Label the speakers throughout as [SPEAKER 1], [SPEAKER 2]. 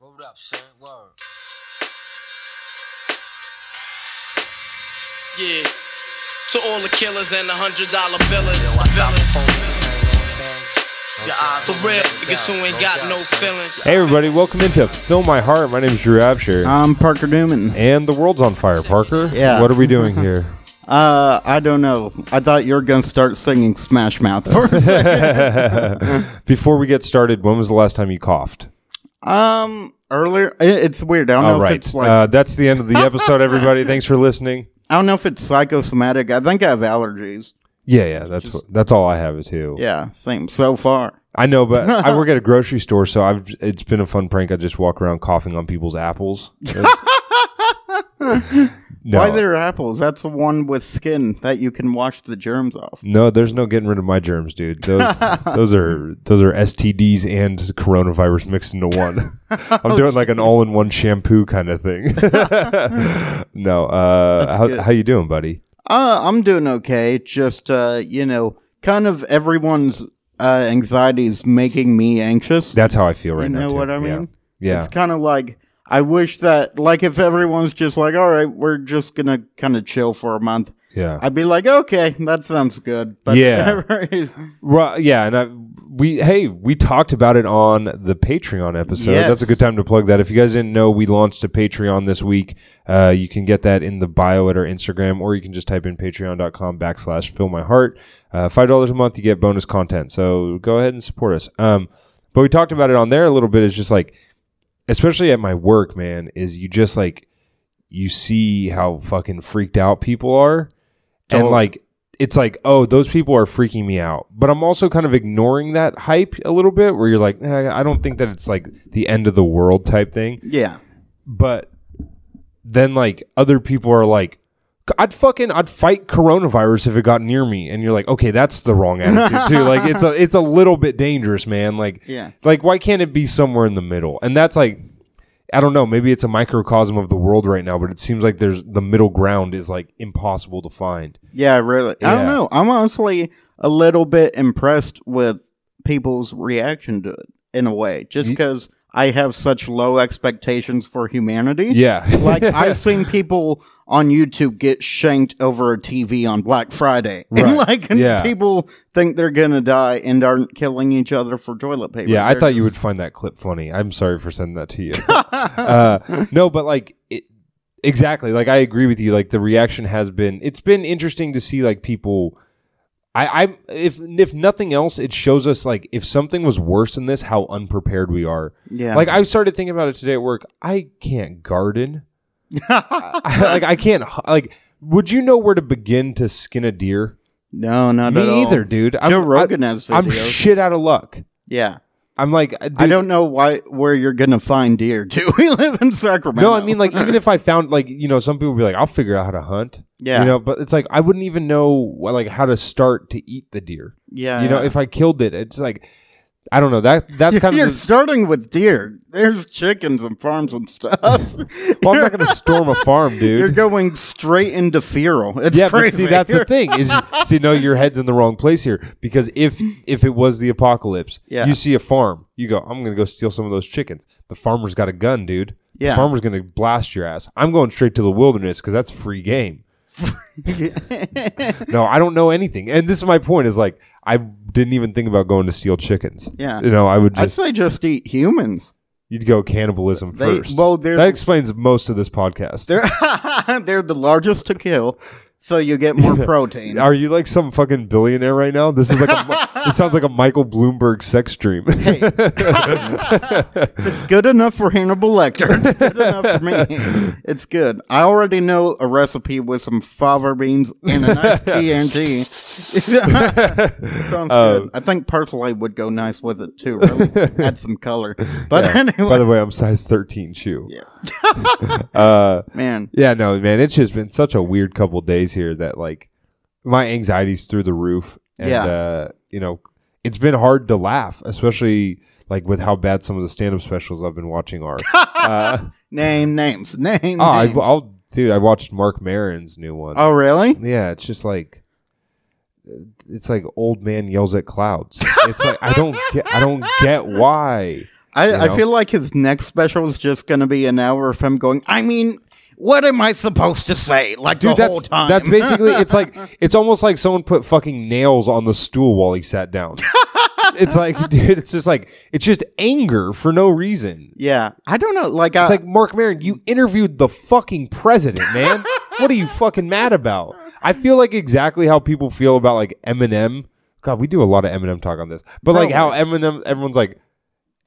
[SPEAKER 1] Word up, son. Word.
[SPEAKER 2] Yeah. To all the killers and the hundred dollar billers.
[SPEAKER 1] Yo, I drop the phone.
[SPEAKER 2] Villains.
[SPEAKER 1] You know what I'm saying?
[SPEAKER 2] Your eyes for real
[SPEAKER 1] No
[SPEAKER 2] niggas who
[SPEAKER 1] doubt,
[SPEAKER 2] ain't
[SPEAKER 1] no
[SPEAKER 2] got
[SPEAKER 1] doubt,
[SPEAKER 2] no
[SPEAKER 1] son.
[SPEAKER 2] feelings.
[SPEAKER 3] Hey, everybody, welcome into Fill My Heart. My name is Drew Absher.
[SPEAKER 4] I'm Parker Newman.
[SPEAKER 3] and the world's on fire, Parker.
[SPEAKER 4] Um, Yeah.
[SPEAKER 3] What are we doing here?
[SPEAKER 4] Uh, I don't know. I thought you were gonna start singing Smash Mouth. For a second.
[SPEAKER 3] Before we get started, when was the last time you coughed?
[SPEAKER 4] um, earlier it, it's weird. I don't
[SPEAKER 3] All
[SPEAKER 4] know if
[SPEAKER 3] right.
[SPEAKER 4] it's like
[SPEAKER 3] uh, that's the end of the episode, everybody. Thanks for listening.
[SPEAKER 4] I don't know if it's psychosomatic. I think I have allergies.
[SPEAKER 3] Yeah, yeah, that's what, that's all I have too.
[SPEAKER 4] Yeah, same so far.
[SPEAKER 3] I know, but I work at a grocery store, so I've it's been a fun prank. I just walk around coughing on people's apples. It's- no,
[SPEAKER 4] Why there are apples? That's the one with skin that you can wash the germs off.
[SPEAKER 3] no, there's no getting rid of my germs, dude. Those those are those are STDs and coronavirus mixed into one. I'm doing like an all-in-one shampoo kind of thing. no, uh, how
[SPEAKER 4] good.
[SPEAKER 3] how you doing, buddy?
[SPEAKER 4] Uh, I'm doing okay. Just uh, you know, kind of everyone's uh anxiety's making me anxious.
[SPEAKER 3] That's how I feel right
[SPEAKER 4] you
[SPEAKER 3] now.
[SPEAKER 4] know
[SPEAKER 3] too.
[SPEAKER 4] what I
[SPEAKER 3] Yeah.
[SPEAKER 4] mean?
[SPEAKER 3] Yeah.
[SPEAKER 4] It's kind of like I wish that like if everyone's just like, all right, we're just gonna kind of chill for a month.
[SPEAKER 3] Yeah.
[SPEAKER 4] I'd be like, okay, that sounds good.
[SPEAKER 3] Yeah. Well, yeah, and I, we hey, we talked about it on the Patreon episode.
[SPEAKER 4] Yes.
[SPEAKER 3] That's a good time to plug that. If you guys didn't know, we launched a Patreon this week. Uh, you can get that in the bio at our Instagram, or you can just type in patreon.com backslash fill my heart. Uh, Five dollars a month, you get bonus content. So go ahead and support us. Um, but we talked about it on there a little bit. It's just like, especially at my work, man, is you just like you see how fucking freaked out people are and
[SPEAKER 4] Totally.
[SPEAKER 3] like it's like oh those people are freaking me out but i'm also kind of ignoring that hype a little bit where you're like eh, i don't think that it's like the end of the world type thing
[SPEAKER 4] yeah,
[SPEAKER 3] but then like other people are like I'd fucking I'd fight coronavirus if it got near me and you're like okay that's the wrong attitude too like it's a it's a little bit dangerous man like
[SPEAKER 4] Yeah.
[SPEAKER 3] like why can't it be somewhere in the middle and that's like I don't know maybe it's a microcosm of the world right now but it seems like there's the middle ground is like impossible to find
[SPEAKER 4] yeah, really. I
[SPEAKER 3] Yeah.
[SPEAKER 4] don't know. I'm honestly a little bit impressed with people's reaction to it in a way, just because I have such low expectations for humanity.
[SPEAKER 3] yeah
[SPEAKER 4] like I've seen people on YouTube get shanked over a TV on Black Friday,
[SPEAKER 3] Right.
[SPEAKER 4] and like and
[SPEAKER 3] Yeah.
[SPEAKER 4] people think they're gonna die and aren't killing each other for toilet paper.
[SPEAKER 3] Yeah, I
[SPEAKER 4] They're-
[SPEAKER 3] thought you would find that clip funny. I'm sorry for sending that to you. uh, no, but like it, exactly, like I agree with you. Like the reaction has been, it's been interesting to see like people. I, I if if nothing else, it shows us like if something was worse than this, how unprepared we are.
[SPEAKER 4] Yeah.
[SPEAKER 3] Like I started thinking about it today at work. I can't garden. I, like I can't h- like. Would you know where to begin to skin a deer?
[SPEAKER 4] no, not at all.
[SPEAKER 3] Me either, dude. I'm,
[SPEAKER 4] Joe Rogan
[SPEAKER 3] I,
[SPEAKER 4] has videos.
[SPEAKER 3] I'm shit out of luck.
[SPEAKER 4] yeah,
[SPEAKER 3] I'm like, uh, dude,
[SPEAKER 4] I don't know why where you're gonna find deer. Do we live in Sacramento?
[SPEAKER 3] No, I mean like even if I found like you know some people be like I'll figure out how to hunt.
[SPEAKER 4] Yeah.
[SPEAKER 3] You know, but it's like I wouldn't even know like how to start to eat the deer.
[SPEAKER 4] yeah,
[SPEAKER 3] you know,
[SPEAKER 4] yeah.
[SPEAKER 3] if I killed it, it's like I don't know. That that's kind
[SPEAKER 4] you're
[SPEAKER 3] of the-
[SPEAKER 4] starting with deer. There's chickens and farms and stuff.
[SPEAKER 3] well, I'm not going to storm a farm,
[SPEAKER 4] you're
[SPEAKER 3] dude.
[SPEAKER 4] going straight into feral. It's
[SPEAKER 3] Yeah, but
[SPEAKER 4] crazy.
[SPEAKER 3] see, that's the thing is, see, no, your head's in the wrong place here because if if it was the apocalypse,
[SPEAKER 4] Yeah.
[SPEAKER 3] you see a farm, you go, I'm gonna go steal some of those chickens. The farmer's got a gun, dude. The
[SPEAKER 4] Yeah.
[SPEAKER 3] farmer's gonna blast your ass. I'm going straight to the wilderness because that's free game. no, I don't know anything. And this is my point is like I didn't even think about going to steal chickens.
[SPEAKER 4] Yeah.
[SPEAKER 3] You know, I would
[SPEAKER 4] I'd
[SPEAKER 3] just
[SPEAKER 4] say just eat humans.
[SPEAKER 3] you'd go cannibalism
[SPEAKER 4] They-
[SPEAKER 3] first.
[SPEAKER 4] well, they're-
[SPEAKER 3] that explains most of this podcast.
[SPEAKER 4] They're they're the largest to kill, so you get more protein.
[SPEAKER 3] Are you like some fucking billionaire right now? This is like a, mi- this sounds like a Michael Bloomberg sex dream.
[SPEAKER 4] It's good enough for Hannibal Lecter. It's good enough for me. It's good. I already know a recipe with some fava beans and a nice TNG. Sounds
[SPEAKER 3] Oh.
[SPEAKER 4] good. I think parsley would go nice with it too. Really. Add some color. But
[SPEAKER 3] By
[SPEAKER 4] anyway,
[SPEAKER 3] the way, I'm size 13 shoe. Uh, Yeah.
[SPEAKER 4] man,
[SPEAKER 3] no, man, it's just been such a weird couple days here that like my anxiety's through the roof and
[SPEAKER 4] Yeah.
[SPEAKER 3] uh, you know, it's been hard to laugh, especially like with how bad some of the stand-up specials I've been watching are. oh,
[SPEAKER 4] name names, name.
[SPEAKER 3] I,
[SPEAKER 4] names.
[SPEAKER 3] I'll dude, I watched Mark Maron's new one.
[SPEAKER 4] oh really?
[SPEAKER 3] Yeah, it's just like it's like old man yells at clouds. It's like I don't get I don't get why.
[SPEAKER 4] I,
[SPEAKER 3] know?
[SPEAKER 4] I feel like his next special is just going to be an hour of him going, I mean, what am I supposed to say? Like
[SPEAKER 3] Dude,
[SPEAKER 4] the
[SPEAKER 3] that's
[SPEAKER 4] whole time.
[SPEAKER 3] that's basically it's like it's almost like someone put fucking nails on the stool while he sat down. it's like dude, it's just like it's just anger for no reason.
[SPEAKER 4] yeah. I don't know. Like, I,
[SPEAKER 3] It's like Mark Maron, you interviewed the fucking president, man. what are you fucking mad about? I feel like exactly how people feel about like Eminem. God, we do a lot of Eminem talk on this, but like
[SPEAKER 4] Oh,
[SPEAKER 3] how Eminem, everyone's like,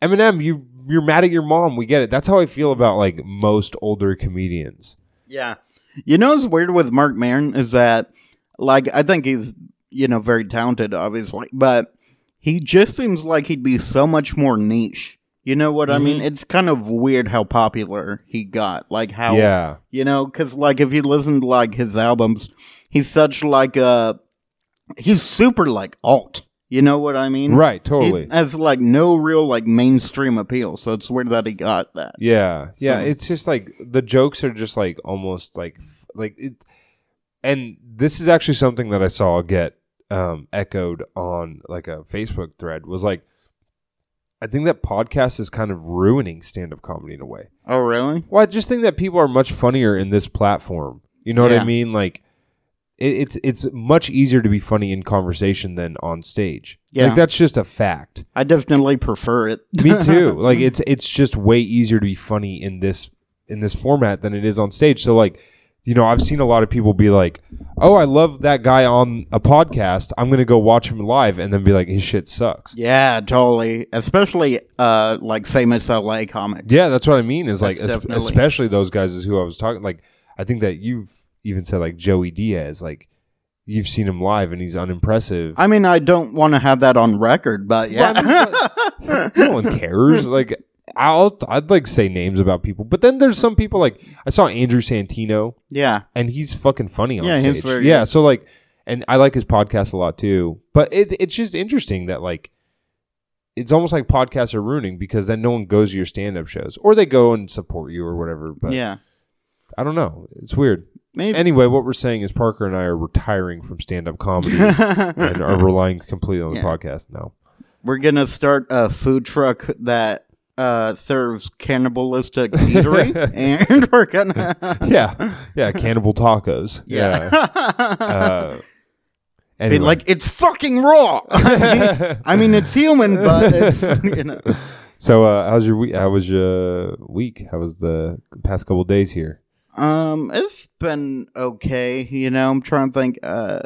[SPEAKER 3] Eminem, you you're mad at your mom. We get it. That's how I feel about like most older comedians.
[SPEAKER 4] yeah. You know what's weird with Mark Maron is that, like, I think he's, you know, very talented, obviously, but he just seems like he'd be so much more niche. You know what
[SPEAKER 3] Mm-hmm.
[SPEAKER 4] I mean? It's kind of weird how popular he got. Like, how.
[SPEAKER 3] Yeah,
[SPEAKER 4] you know because like if you listen to like his albums he's such like a he's super like alt you know what i mean
[SPEAKER 3] right,
[SPEAKER 4] He
[SPEAKER 3] totally.
[SPEAKER 4] has like no real like mainstream appeal so it's weird that he got that
[SPEAKER 3] Yeah, yeah.
[SPEAKER 4] So-
[SPEAKER 3] It's just like the jokes are just like almost like f- like it's, and this is actually something that I saw get um, echoed on like a Facebook thread was like, I think that podcast is kind of ruining stand up comedy in a way.
[SPEAKER 4] oh really
[SPEAKER 3] Well, I just think that people are much funnier in this platform. You know what I
[SPEAKER 4] Yeah.
[SPEAKER 3] mean? Like, it, it's it's much easier to be funny in conversation than on stage.
[SPEAKER 4] Yeah.
[SPEAKER 3] like that's just a fact.
[SPEAKER 4] i definitely prefer it
[SPEAKER 3] Me too. like it's it's just way easier to be funny in this in this format than it is on stage. So like, you know, I've seen a lot of people be like, "Oh, I love that guy on a podcast. I'm going to go watch him live and then be like, his shit sucks." Yeah,
[SPEAKER 4] yeah totally especially uh like famous la comics
[SPEAKER 3] that's what I mean is like
[SPEAKER 4] That's
[SPEAKER 3] es-
[SPEAKER 4] definitely-
[SPEAKER 3] especially those guys is who I was talking like I think that you've even said like Joey Diaz like you've seen him live and he's unimpressive.
[SPEAKER 4] i mean i don't want to have that on record but yeah
[SPEAKER 3] no one cares. Like I'll I'd like say names about people, but then there's some people like I saw Andrew Santino
[SPEAKER 4] yeah
[SPEAKER 3] and he's fucking funny on
[SPEAKER 4] Yeah,
[SPEAKER 3] stage.
[SPEAKER 4] he's very
[SPEAKER 3] yeah, so like, and I like his podcast a lot too. But it, it's just interesting that like, it's almost like podcasts are ruining because then no one goes to your stand up shows or they go and support you or whatever. But
[SPEAKER 4] yeah
[SPEAKER 3] I don't know. It's weird.
[SPEAKER 4] maybe
[SPEAKER 3] Anyway, what we're saying is Parker and I are retiring from stand up comedy and are relying completely on the
[SPEAKER 4] Yeah.
[SPEAKER 3] podcast now.
[SPEAKER 4] We're gonna start a food truck that uh, serves cannibalistic eatery, and we're gonna
[SPEAKER 3] Yeah, yeah, cannibal tacos.
[SPEAKER 4] yeah,
[SPEAKER 3] Uh,
[SPEAKER 4] be
[SPEAKER 3] anyway.
[SPEAKER 4] like it's fucking raw. I mean, it's human, but it's, you know.
[SPEAKER 3] so uh, how's your week? How was your week? How was the past couple days here?
[SPEAKER 4] um, it's been okay. You know, I'm trying to think. Uh,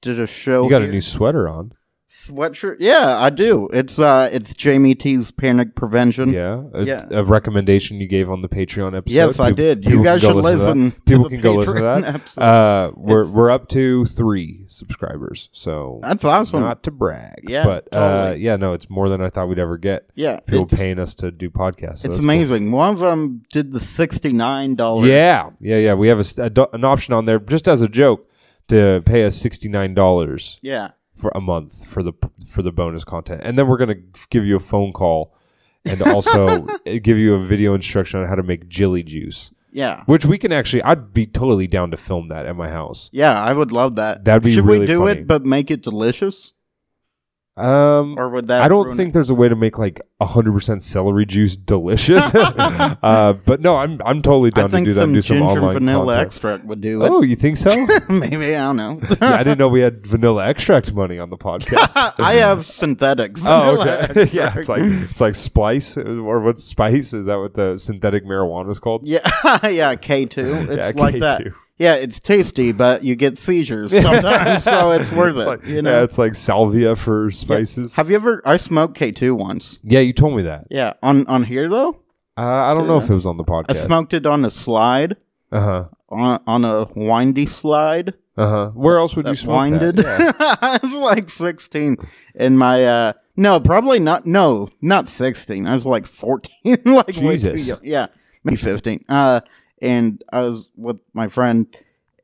[SPEAKER 4] did a show?
[SPEAKER 3] You got a
[SPEAKER 4] here-
[SPEAKER 3] new sweater on.
[SPEAKER 4] sweatshirt? Yeah, I do. It's uh, it's Jamie T's panic prevention.
[SPEAKER 3] Yeah. A,
[SPEAKER 4] Mm-hmm. Yeah.
[SPEAKER 3] a recommendation you gave on the Patreon episode.
[SPEAKER 4] Yes, I
[SPEAKER 3] Peop-
[SPEAKER 4] did.
[SPEAKER 3] people
[SPEAKER 4] You guys
[SPEAKER 3] can
[SPEAKER 4] should
[SPEAKER 3] go
[SPEAKER 4] listen.
[SPEAKER 3] to that. People
[SPEAKER 4] the
[SPEAKER 3] can go listen to
[SPEAKER 4] Patreon
[SPEAKER 3] that.
[SPEAKER 4] episode.
[SPEAKER 3] Uh, we're, we're up to three subscribers. So
[SPEAKER 4] That's awesome.
[SPEAKER 3] not to brag.
[SPEAKER 4] Yeah,
[SPEAKER 3] But uh,
[SPEAKER 4] totally.
[SPEAKER 3] yeah, no, it's more than I thought we'd ever get.
[SPEAKER 4] yeah,
[SPEAKER 3] People
[SPEAKER 4] it's-
[SPEAKER 3] paying us to do podcasts. so
[SPEAKER 4] it's
[SPEAKER 3] that's
[SPEAKER 4] amazing. One of them did the sixty nine
[SPEAKER 3] cool.
[SPEAKER 4] dollars.
[SPEAKER 3] Yeah. Yeah, yeah. We have a, s- a do- an option on there just as a joke to pay us $69
[SPEAKER 4] yeah,
[SPEAKER 3] for a month for the for the bonus content, and then we're gonna give you a phone call, and also eh, give you a video instruction on how to make jelly juice,
[SPEAKER 4] yeah,
[SPEAKER 3] which we can actually. I'd be totally down to film that at my house.
[SPEAKER 4] yeah. I would love that.
[SPEAKER 3] That'd be
[SPEAKER 4] Should
[SPEAKER 3] really
[SPEAKER 4] we do
[SPEAKER 3] funny.
[SPEAKER 4] it, but make it delicious,
[SPEAKER 3] Um,
[SPEAKER 4] or would that?
[SPEAKER 3] I don't
[SPEAKER 4] ruin
[SPEAKER 3] think
[SPEAKER 4] it?
[SPEAKER 3] there's a way to make like hundred percent celery juice delicious. uh, but no, I'm I'm totally
[SPEAKER 4] I
[SPEAKER 3] down to
[SPEAKER 4] think
[SPEAKER 3] do that.
[SPEAKER 4] some
[SPEAKER 3] and Do some
[SPEAKER 4] ginger
[SPEAKER 3] online
[SPEAKER 4] vanilla
[SPEAKER 3] content.
[SPEAKER 4] extract would do it.
[SPEAKER 3] Oh, you think so? Yeah,
[SPEAKER 4] Maybe I don't know.
[SPEAKER 3] I didn't know we had vanilla extract money on the podcast.
[SPEAKER 4] I have synthetic.
[SPEAKER 3] Oh,
[SPEAKER 4] Vanilla
[SPEAKER 3] okay.
[SPEAKER 4] extract.
[SPEAKER 3] yeah, it's like it's like splice or what spice is that? What the synthetic marijuana is called?
[SPEAKER 4] yeah, yeah, K two. It's
[SPEAKER 3] Yeah,
[SPEAKER 4] like
[SPEAKER 3] K2.
[SPEAKER 4] that. Yeah, it's tasty, but you get seizures sometimes, so it's worth
[SPEAKER 3] It's
[SPEAKER 4] it.
[SPEAKER 3] like,
[SPEAKER 4] you know.
[SPEAKER 3] yeah, it's like salvia for spices.
[SPEAKER 4] have you ever? I smoked K two once.
[SPEAKER 3] Yeah, you told me that.
[SPEAKER 4] Yeah, on on here though,
[SPEAKER 3] Uh, I don't know if it was on the
[SPEAKER 4] I
[SPEAKER 3] podcast.
[SPEAKER 4] smoked it on a slide,
[SPEAKER 3] Uh huh.
[SPEAKER 4] on on a windy slide.
[SPEAKER 3] Uh huh. Where else would you
[SPEAKER 4] that
[SPEAKER 3] smoke
[SPEAKER 4] blinded.
[SPEAKER 3] that? Yeah.
[SPEAKER 4] I was like 16 and my uh no, probably not no, not 16. I was like 14 like way too
[SPEAKER 3] Jesus.
[SPEAKER 4] young. Yeah, maybe 15. Uh and I was with my friend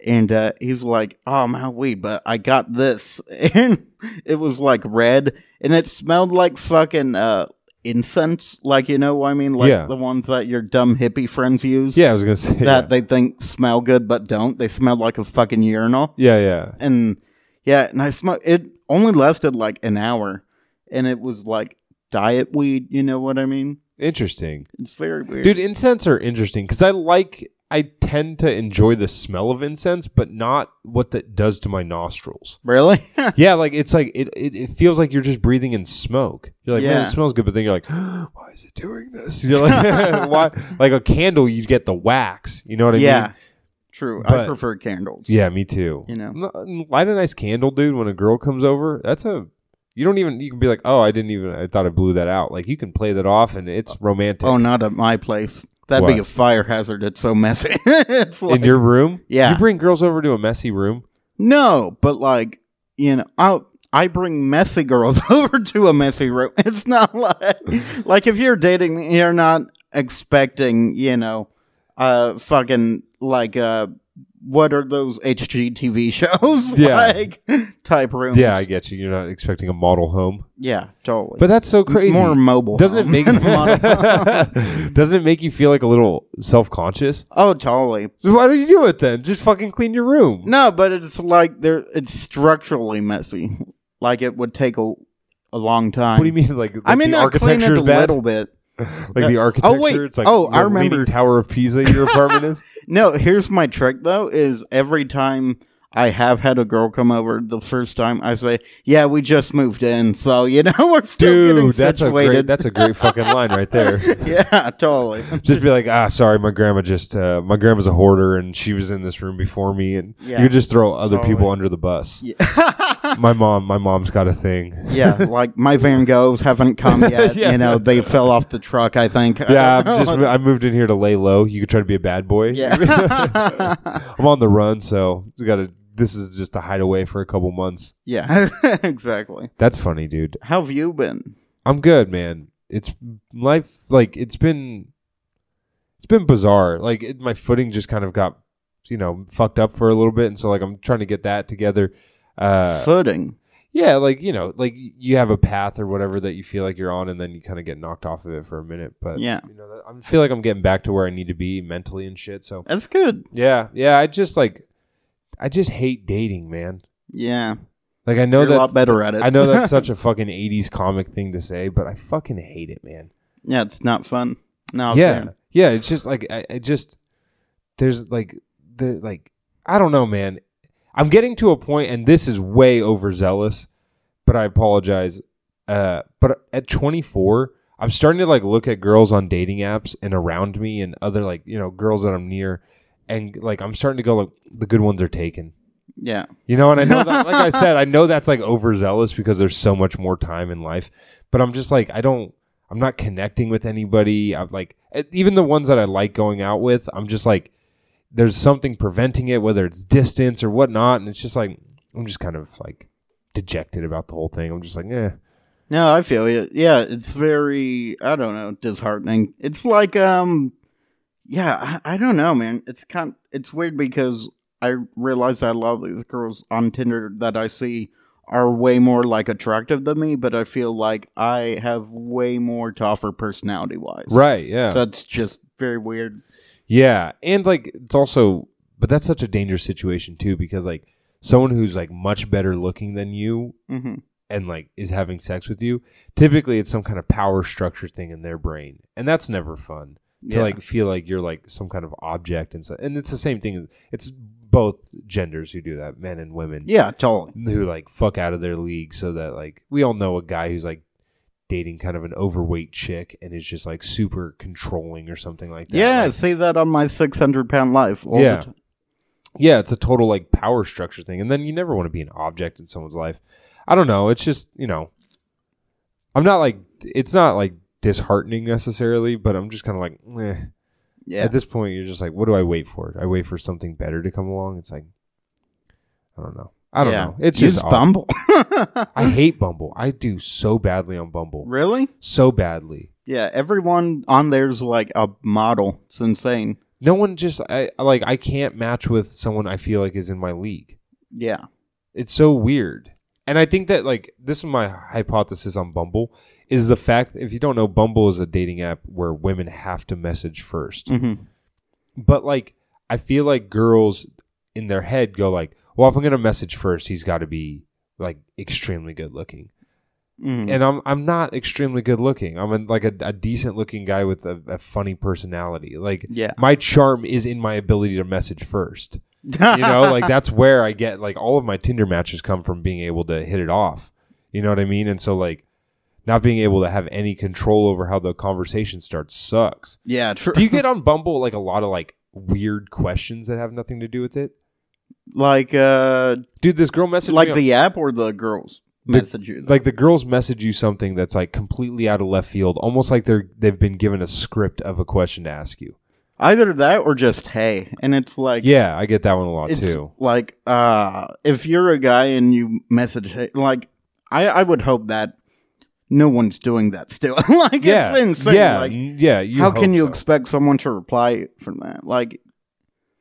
[SPEAKER 4] and uh he's like, "Oh, my weed, but I got this." And it was like red and it smelled like fucking uh incense, like you know what I mean, like
[SPEAKER 3] Yeah.
[SPEAKER 4] the ones that your dumb hippie friends use.
[SPEAKER 3] Yeah, I was gonna say
[SPEAKER 4] That
[SPEAKER 3] yeah.
[SPEAKER 4] they think smell good but don't. They smell like a fucking urinal
[SPEAKER 3] yeah, yeah.
[SPEAKER 4] and yeah, and I smoked. It only lasted like an hour, and it was like diet weed. You know what I mean?
[SPEAKER 3] Interesting.
[SPEAKER 4] It's very weird.
[SPEAKER 3] Dude, incense are interesting because I like, I tend to enjoy the smell of incense, but not what that does to my nostrils.
[SPEAKER 4] really?
[SPEAKER 3] Yeah, like it's like it, it, it feels like you're just breathing in smoke. You're like, man,
[SPEAKER 4] Yeah.
[SPEAKER 3] it smells good, but then you're like, why is it doing this? You're like, why? Like a candle, you get the wax. You know what I
[SPEAKER 4] yeah.
[SPEAKER 3] mean?
[SPEAKER 4] True. I
[SPEAKER 3] But-
[SPEAKER 4] prefer candles.
[SPEAKER 3] Yeah, me too.
[SPEAKER 4] You know.
[SPEAKER 3] N- light a nice candle, dude. When a girl comes over, that's a you don't even you can be like, oh, I didn't even I thought I blew that out. Like you can play that off, and it's romantic.
[SPEAKER 4] Oh, not at my place. That'd be
[SPEAKER 3] What?
[SPEAKER 4] a fire hazard. It's so messy. it's like,
[SPEAKER 3] In your room,
[SPEAKER 4] Yeah.
[SPEAKER 3] You bring girls over to a messy room.
[SPEAKER 4] no, but like you know, I I bring messy girls over to a messy room. It's not like like if you're dating, me, you're not expecting you know, uh, fucking like uh, what are those HGTV shows
[SPEAKER 3] Yeah.
[SPEAKER 4] like type rooms?
[SPEAKER 3] Yeah, I get you. You're not expecting a model home,
[SPEAKER 4] yeah, totally.
[SPEAKER 3] but that's so crazy.
[SPEAKER 4] more mobile.
[SPEAKER 3] doesn't it
[SPEAKER 4] home
[SPEAKER 3] make
[SPEAKER 4] than model-
[SPEAKER 3] doesn't it make you feel like a little self conscious?
[SPEAKER 4] oh, totally.
[SPEAKER 3] So why don't you do it then? Just fucking clean your room.
[SPEAKER 4] No, but it's like there. It's structurally messy. Like it would take a a long time.
[SPEAKER 3] What do you mean? Like, like
[SPEAKER 4] I mean,
[SPEAKER 3] the
[SPEAKER 4] I clean it
[SPEAKER 3] architecture
[SPEAKER 4] a
[SPEAKER 3] is bad.
[SPEAKER 4] little bit.
[SPEAKER 3] Like the architecture.
[SPEAKER 4] Oh, wait.
[SPEAKER 3] It's like
[SPEAKER 4] Oh,
[SPEAKER 3] the
[SPEAKER 4] I
[SPEAKER 3] leaning
[SPEAKER 4] remember.
[SPEAKER 3] Tower of Pisa. Your apartment is.
[SPEAKER 4] No, here's my trick though: is every time I have had a girl come over, the first time I say, "Yeah, we just moved in, so you know we're still getting
[SPEAKER 3] Dude, that's a great.
[SPEAKER 4] situated."
[SPEAKER 3] That's a great fucking line right there.
[SPEAKER 4] yeah, totally.
[SPEAKER 3] Just be like, ah, sorry, my grandma just, uh, my grandma's a hoarder, and she was in this room before me, and
[SPEAKER 4] Yeah.
[SPEAKER 3] you just throw other
[SPEAKER 4] Totally.
[SPEAKER 3] people under the bus.
[SPEAKER 4] Yeah.
[SPEAKER 3] My mom, my mom's got a thing.
[SPEAKER 4] yeah, like my Van Goghs haven't come yet.
[SPEAKER 3] Yeah.
[SPEAKER 4] You know, they fell off the truck. I think.
[SPEAKER 3] Yeah, I'm just I moved in here to lay low. You could try to be a bad boy.
[SPEAKER 4] yeah,
[SPEAKER 3] I'm on the run, so got to. This is just a hideaway for a couple months.
[SPEAKER 4] yeah, exactly.
[SPEAKER 3] That's funny, dude.
[SPEAKER 4] How have you been?
[SPEAKER 3] I'm good, man. It's life. Like it's been, it's been bizarre. Like it, my footing just kind of got, you know, fucked up for a little bit, and so like I'm trying to get that together. Uh,
[SPEAKER 4] Footing.
[SPEAKER 3] yeah, like you know, like you have a path or whatever that you feel like you're on, and then you kind of get knocked off of it for a minute. But
[SPEAKER 4] Yeah.
[SPEAKER 3] you know, I feel like I'm getting back to where I need to be mentally and shit. So
[SPEAKER 4] That's good.
[SPEAKER 3] yeah, yeah, I just like, I just hate dating, man.
[SPEAKER 4] Yeah.
[SPEAKER 3] Like I know
[SPEAKER 4] You're a lot
[SPEAKER 3] that
[SPEAKER 4] better at it.
[SPEAKER 3] I know that's such a fucking '80s comic thing to say, but I fucking hate it, man.
[SPEAKER 4] yeah, it's not fun. No. it's
[SPEAKER 3] yeah,
[SPEAKER 4] not.
[SPEAKER 3] yeah. It's just like I, I just there's like there like I don't know, man. I'm getting to a point, and this is way overzealous, but I apologize. Uh, but at 24, I'm starting to like look at girls on dating apps and around me, and other like you know girls that I'm near, and like I'm starting to go like the good ones are taken.
[SPEAKER 4] Yeah.
[SPEAKER 3] You know, and I know that, like I said, I know that's like overzealous because there's so much more time in life, but I'm just like, I don't, I'm not connecting with anybody. I'm like, e- even the ones that I like going out with, I'm just like, there's something preventing it, whether it's distance or whatnot. And it's just like, I'm just kind of like dejected about the whole thing. I'm just like, eh.
[SPEAKER 4] No, I feel you. Yeah, it's very I don't know, disheartening. It's like um yeah, I, I don't know, man. It's kind it's weird because I realize that a lot of these girls on Tinder that I see are way more like attractive than me, but I feel like I have way more to offer personality wise.
[SPEAKER 3] Right. Yeah.
[SPEAKER 4] So it's just very weird.
[SPEAKER 3] Yeah, and like it's also, but that's such a dangerous situation too because like someone who's like much better looking than you
[SPEAKER 4] Mhm.
[SPEAKER 3] and like is having sex with you, typically it's some kind of power structure thing in their brain, and that's never fun to
[SPEAKER 4] Yeah.
[SPEAKER 3] like feel like you're like some kind of object and so, and it's the same thing. It's both genders who do that, men and women
[SPEAKER 4] Yeah, totally.
[SPEAKER 3] who like fuck out of their league so that like we all know a guy who's like dating kind of an overweight chick and is just like super controlling or something like that.
[SPEAKER 4] Yeah, I
[SPEAKER 3] Like,
[SPEAKER 4] see that on my six hundred pound life. All
[SPEAKER 3] Yeah.
[SPEAKER 4] The time.
[SPEAKER 3] yeah, it's a total like power structure thing. And then you never want to be an object in someone's life. I don't know. It's just, you know, I'm not like, it's not like disheartening necessarily, but I'm just kind of like, eh.
[SPEAKER 4] Yeah.
[SPEAKER 3] at this point, you're just like, what do I wait for? I wait for something better to come along. It's like, I don't know. I don't
[SPEAKER 4] Yeah.
[SPEAKER 3] know. It's
[SPEAKER 4] Use
[SPEAKER 3] just odd.
[SPEAKER 4] Bumble.
[SPEAKER 3] I hate Bumble. I do so badly on Bumble.
[SPEAKER 4] really?
[SPEAKER 3] So badly.
[SPEAKER 4] Yeah, everyone on there's like a model. It's insane.
[SPEAKER 3] No one just, I like, I can't match with someone I feel like is in my league.
[SPEAKER 4] Yeah.
[SPEAKER 3] It's so weird. And I think that like this is my hypothesis on Bumble is the fact if you don't know Bumble is a dating app where women have to message 1st
[SPEAKER 4] Mhm.
[SPEAKER 3] But like I feel like girls in their head go like, "Well, if I'm going to message first, he's got to be like extremely good looking."
[SPEAKER 4] Mm. Mm-hmm.
[SPEAKER 3] and I'm I'm not extremely good looking. I'm a, like a, a decent looking guy with a, a funny personality. Like
[SPEAKER 4] Yeah.
[SPEAKER 3] my charm is in my ability to message first. You know, like that's where I get like all of my Tinder matches come from being able to hit it off. You know what I mean? And so like not being able to have any control over how the conversation starts sucks.
[SPEAKER 4] Yeah, true.
[SPEAKER 3] Do you get on Bumble like a lot of like weird questions that have nothing to do with it?
[SPEAKER 4] like uh
[SPEAKER 3] Dude, this girl messaged me
[SPEAKER 4] like
[SPEAKER 3] on-
[SPEAKER 4] the app or the girls
[SPEAKER 3] The-
[SPEAKER 4] message you?
[SPEAKER 3] like the girls message you something that's like completely out of left field, almost like they're they've been given a script of a question to ask you.
[SPEAKER 4] either that or just hey, and it's like
[SPEAKER 3] Yeah, I get that one a lot
[SPEAKER 4] it's
[SPEAKER 3] too.
[SPEAKER 4] like uh if you're a guy and you message hey, like I I would hope that no one's doing that still. like
[SPEAKER 3] Yeah,
[SPEAKER 4] it's insane.
[SPEAKER 3] yeah,
[SPEAKER 4] Like,
[SPEAKER 3] n- yeah. You
[SPEAKER 4] how
[SPEAKER 3] hope
[SPEAKER 4] can you
[SPEAKER 3] so.
[SPEAKER 4] expect someone to reply from that? Like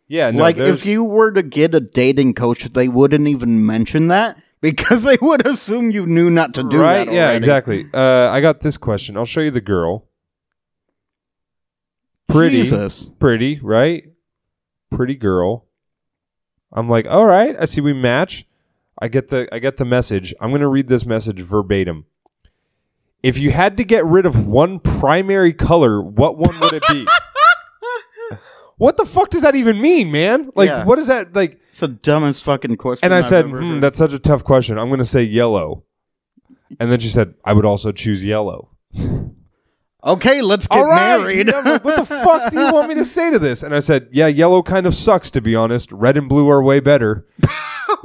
[SPEAKER 3] yeah, no,
[SPEAKER 4] like
[SPEAKER 3] there's-
[SPEAKER 4] if you were to get a dating coach, they wouldn't even mention that because they would assume you knew not to do
[SPEAKER 3] right?
[SPEAKER 4] that.
[SPEAKER 3] yeah,
[SPEAKER 4] already.
[SPEAKER 3] exactly. Uh, I got this question. I'll show you the girl. Pretty,
[SPEAKER 4] Jesus.
[SPEAKER 3] pretty, right? Pretty girl. I'm like, all right. I see we match. I get the I get the message. I'm gonna read this message verbatim. If you had to get rid of one primary color, what one would it be? what the fuck does that even mean, man? Like,
[SPEAKER 4] Yeah.
[SPEAKER 3] what is that like?
[SPEAKER 4] It's the dumbest fucking question.
[SPEAKER 3] And I
[SPEAKER 4] I've
[SPEAKER 3] said,
[SPEAKER 4] ever
[SPEAKER 3] hmm,
[SPEAKER 4] heard.
[SPEAKER 3] that's such a tough question. I'm gonna say yellow. And then she said, I would also choose yellow.
[SPEAKER 4] okay, let's get
[SPEAKER 3] All right.
[SPEAKER 4] married.
[SPEAKER 3] Yeah, I'm like, what the fuck do you want me to say to this? And I said, yeah, yellow kind of sucks, to be honest. Red and blue are way better.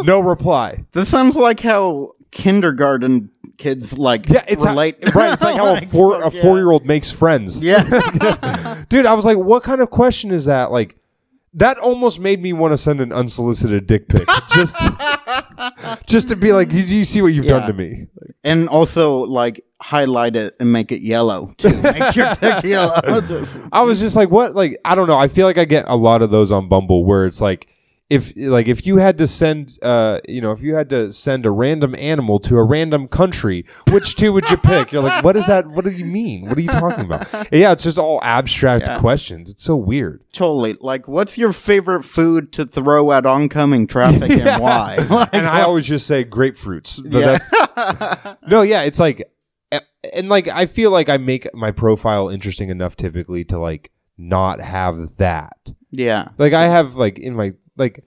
[SPEAKER 3] No reply.
[SPEAKER 4] This sounds like how kindergarten kids like
[SPEAKER 3] Yeah, it's
[SPEAKER 4] relate.
[SPEAKER 3] How, right. It's like how a four a
[SPEAKER 4] fuck yeah.
[SPEAKER 3] four year old makes friends.
[SPEAKER 4] yeah,
[SPEAKER 3] Dude, I was like, what kind of question is that? Like, that almost made me want to send an unsolicited dick pic, just just to be like, you, you see what you've done
[SPEAKER 4] Yeah.
[SPEAKER 3] to me.
[SPEAKER 4] and also like highlight it and make it yellow too. Make your dick yellow.
[SPEAKER 3] I was just like, what? Like, I don't know. I feel like I get a lot of those on Bumble where it's like, if like if you had to send, uh, you know, if you had to send a random animal to a random country, which two would you pick? You're like, what is that? What do you mean? What are you talking about? Yeah, it's just all abstract questions. It's so weird.
[SPEAKER 4] totally. Like, what's your favorite food to throw at oncoming traffic and why? Like,
[SPEAKER 3] and I always just say grapefruits. But
[SPEAKER 4] Yeah.
[SPEAKER 3] that's no, yeah, it's like, a- and like I feel like I make my profile interesting enough typically to like not have that.
[SPEAKER 4] yeah,
[SPEAKER 3] Like I have like in my like